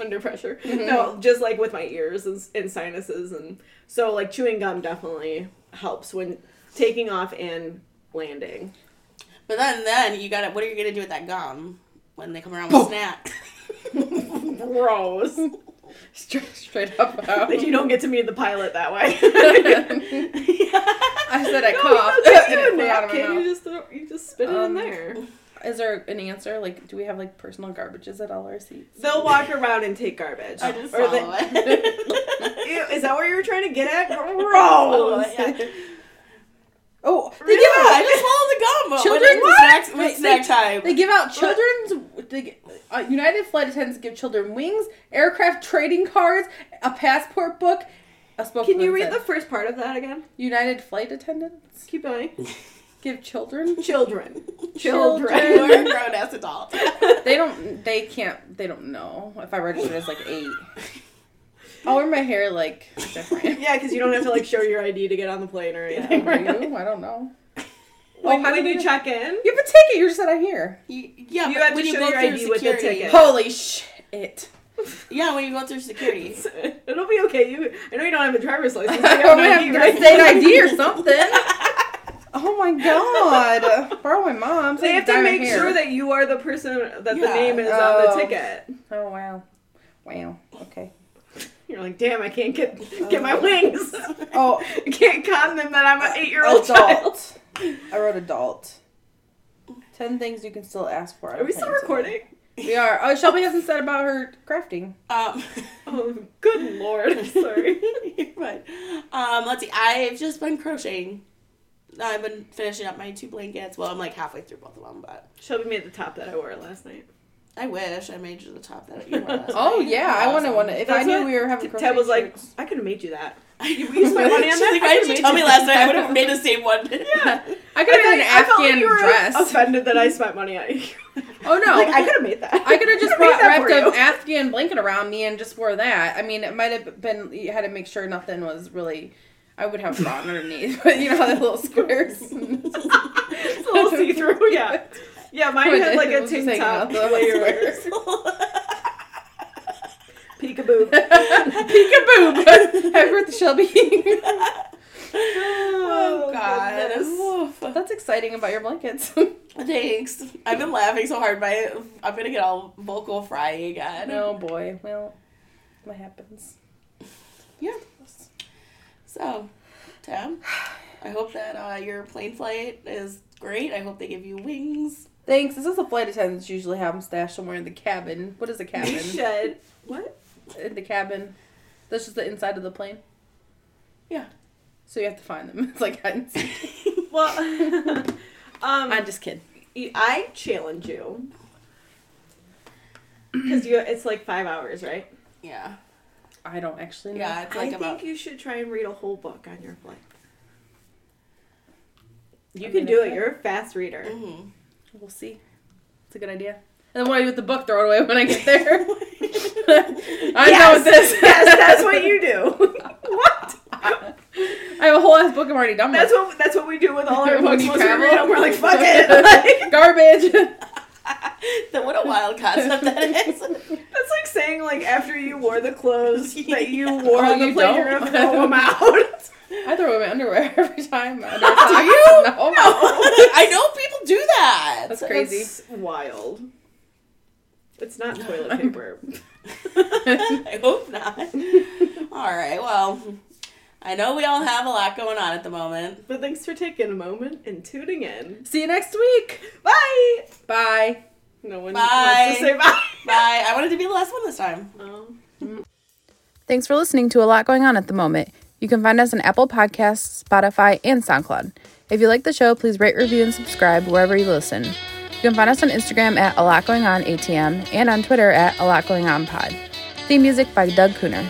Speaker 3: under pressure.
Speaker 2: Mm-hmm.
Speaker 3: No, just like with my ears and, s- and sinuses, and so like chewing gum definitely helps when taking off and landing.
Speaker 4: But then, then you got to What are you gonna do with that gum when they come around
Speaker 3: Oh.
Speaker 4: with snacks?
Speaker 3: Gross.
Speaker 2: straight, straight up out.
Speaker 3: Like you don't get to meet the pilot that way.
Speaker 2: I said I coughed. and it flew out of my
Speaker 3: You
Speaker 2: mouth.
Speaker 3: just throw, you just spit it
Speaker 2: Um,
Speaker 3: in there.
Speaker 2: Is there an answer? Like, do we have like personal garbages at all our seats?
Speaker 3: They'll walk around and take garbage.
Speaker 4: I just
Speaker 3: Or
Speaker 4: follow
Speaker 3: they-
Speaker 4: it.
Speaker 3: Ew, is that where you were trying to get at?
Speaker 4: Follow
Speaker 3: Gross.
Speaker 4: it, yeah.
Speaker 2: Oh, they
Speaker 3: Really?
Speaker 2: give out
Speaker 4: I just swallowed the gum. when
Speaker 2: Children-
Speaker 4: it's snacks, when
Speaker 2: Wait,
Speaker 4: it's snack time.
Speaker 2: they give out children's. They, gi- uh, United flight attendants give children wings, aircraft trading cards, a passport book. A spokesman
Speaker 3: Can you read
Speaker 2: said.
Speaker 3: the first part of that again?
Speaker 2: United flight attendants
Speaker 3: Keep going.
Speaker 2: give children
Speaker 3: Children.
Speaker 2: Children.
Speaker 3: Children.
Speaker 4: You're a grown ass adult.
Speaker 2: They don't. They can't. They don't know if I registered as like eight. I'll wear my hair like different.
Speaker 3: yeah, because you don't have to like show your ID to get on the plane or
Speaker 2: Do
Speaker 3: anything.
Speaker 2: you? I don't know.
Speaker 3: Like,
Speaker 2: oh, how
Speaker 3: when
Speaker 2: did
Speaker 3: you
Speaker 2: you?
Speaker 3: check in,
Speaker 2: you have a ticket. You just said I'm here.
Speaker 4: You- yeah,
Speaker 3: You
Speaker 4: but
Speaker 3: have to
Speaker 4: when you
Speaker 3: show
Speaker 4: go
Speaker 3: your
Speaker 4: through
Speaker 3: ID with the
Speaker 4: security.
Speaker 3: ticket.
Speaker 2: Holy shit!
Speaker 4: Yeah, when you go through security.
Speaker 3: it'll be okay. You, I know you don't have a driver's license. but
Speaker 2: I'm
Speaker 3: you have
Speaker 2: gonna have
Speaker 3: an ID, right?
Speaker 2: a state ID or something. Oh my god! Borrow my mom's.
Speaker 3: They
Speaker 2: I
Speaker 3: have
Speaker 2: dye
Speaker 3: to
Speaker 2: my
Speaker 3: make
Speaker 2: hair.
Speaker 3: sure that you are the person that
Speaker 4: Yeah.
Speaker 3: the name is
Speaker 2: Oh.
Speaker 3: on the ticket.
Speaker 2: Oh wow, wow. Okay.
Speaker 3: You're like, damn, I can't get get my wings.
Speaker 2: Oh,
Speaker 3: I can't con them that I'm an eight year old child.
Speaker 2: adult. I wrote adult. Ten things you can still ask for.
Speaker 3: Are we still recording?
Speaker 2: We are. Oh, Shelby hasn't said about her crafting.
Speaker 4: Um,
Speaker 3: Oh, good lord! I'm sorry.
Speaker 4: you're fine. Um, let's see. I've just been crocheting. I've been finishing up my two blankets. Well, I'm like halfway through both of them, but
Speaker 3: Shelby made the top that I wore last night.
Speaker 4: I wish I made you the top that you wore. last
Speaker 2: Oh
Speaker 4: night.
Speaker 2: yeah, I want to
Speaker 4: Awesome.
Speaker 2: one. If I
Speaker 3: That's
Speaker 2: knew
Speaker 3: what
Speaker 2: we were having crochet
Speaker 3: Tab was like,
Speaker 2: shirts.
Speaker 3: I could have made you that.
Speaker 4: I,
Speaker 3: used my money on
Speaker 4: She's
Speaker 3: that.
Speaker 4: like,
Speaker 3: I
Speaker 4: why didn't
Speaker 3: made
Speaker 4: you tell
Speaker 3: you
Speaker 4: me
Speaker 3: that."
Speaker 4: last night? I would have made the same one.
Speaker 3: Yeah.
Speaker 2: I could have
Speaker 3: felt
Speaker 2: made an Afghan
Speaker 3: like- felt like you were
Speaker 2: dress.
Speaker 3: Offended that I spent money on you.
Speaker 2: Oh no,
Speaker 3: Like, I could have made that.
Speaker 2: I could have just
Speaker 3: I made
Speaker 2: brought,
Speaker 3: that
Speaker 2: wrapped
Speaker 3: for
Speaker 2: an
Speaker 3: you.
Speaker 2: Afghan blanket around me and just wore that. I mean, it might have been you had to make sure nothing was really. I would have gone underneath, but you know how the little squares.
Speaker 3: It's a little see through. Yeah. Yeah, mine had like a
Speaker 2: We'll just
Speaker 3: tank
Speaker 2: hang out
Speaker 3: top
Speaker 2: the-
Speaker 3: layer. Peekaboo.
Speaker 2: Peekaboo! Happy birthday, Shelby.
Speaker 4: oh
Speaker 3: Oh,
Speaker 4: God.
Speaker 3: goodness.
Speaker 4: Oof.
Speaker 2: That's exciting about your blankets.
Speaker 4: Thanks. I've been laughing so hard by it. I'm gonna get all vocal fry again.
Speaker 2: oh boy, well, what happens?
Speaker 4: So, Tam, I hope that uh, your plane flight is great. I hope they give you wings.
Speaker 2: Thanks. This is the flight attendants usually have them stashed somewhere in the cabin. What is a
Speaker 3: You
Speaker 2: cabin?
Speaker 3: should. What?
Speaker 2: in the cabin. That's just the inside of the plane.
Speaker 4: Yeah.
Speaker 2: So you have to find them. It's like hide and seek.
Speaker 3: Well, um,
Speaker 2: I'm just kidding.
Speaker 3: I challenge you because you. It's like five hours, right?
Speaker 4: Yeah.
Speaker 2: I don't actually know.
Speaker 4: Yeah. It's like
Speaker 3: I
Speaker 4: about.
Speaker 3: think you should try and read a whole book on your flight. You
Speaker 2: I
Speaker 3: can
Speaker 2: mean,
Speaker 3: do
Speaker 2: okay.
Speaker 3: it. You're a fast reader.
Speaker 4: Mhm.
Speaker 2: We'll see. It's a good idea. And then what do I do with the book? Throw it away when I get there. I'm done with this.
Speaker 3: yes, that's what you do. what?
Speaker 2: I have a whole ass book. I'm already done with.
Speaker 3: That's what that's what we do with all our
Speaker 2: When
Speaker 3: books.
Speaker 2: you
Speaker 3: Once we
Speaker 2: travel.
Speaker 3: read them, we're like, fuck it. Like,
Speaker 2: Garbage.
Speaker 4: Then what a wild concept that is.
Speaker 3: that's like saying like after you wore the clothes that you wore
Speaker 2: Oh,
Speaker 3: on the
Speaker 2: you
Speaker 3: plane,
Speaker 2: don't?
Speaker 3: you're gonna throw them out.
Speaker 2: I throw away my underwear every time. My underwear socks. you? No.
Speaker 4: I know people do that.
Speaker 2: That's crazy.
Speaker 3: That's wild. It's not toilet paper.
Speaker 4: I hope not. All right. Well, I know we all have a lot going on at the moment.
Speaker 3: But thanks for taking a moment and tuning in.
Speaker 2: See you next week.
Speaker 3: Bye.
Speaker 2: Bye.
Speaker 3: No one
Speaker 4: Bye.
Speaker 3: wants to say bye.
Speaker 4: Bye. I wanted to be the last one this time.
Speaker 3: Oh.
Speaker 6: Thanks for listening to A Lot Going On at the moment. You can find us on Apple Podcasts, Spotify, and SoundCloud. If you like the show, please rate, review, and subscribe wherever you listen. You can find us on Instagram at A Lot Going On ATM and on Twitter at A Lot Going On Pod. Theme music by Doug Cooner.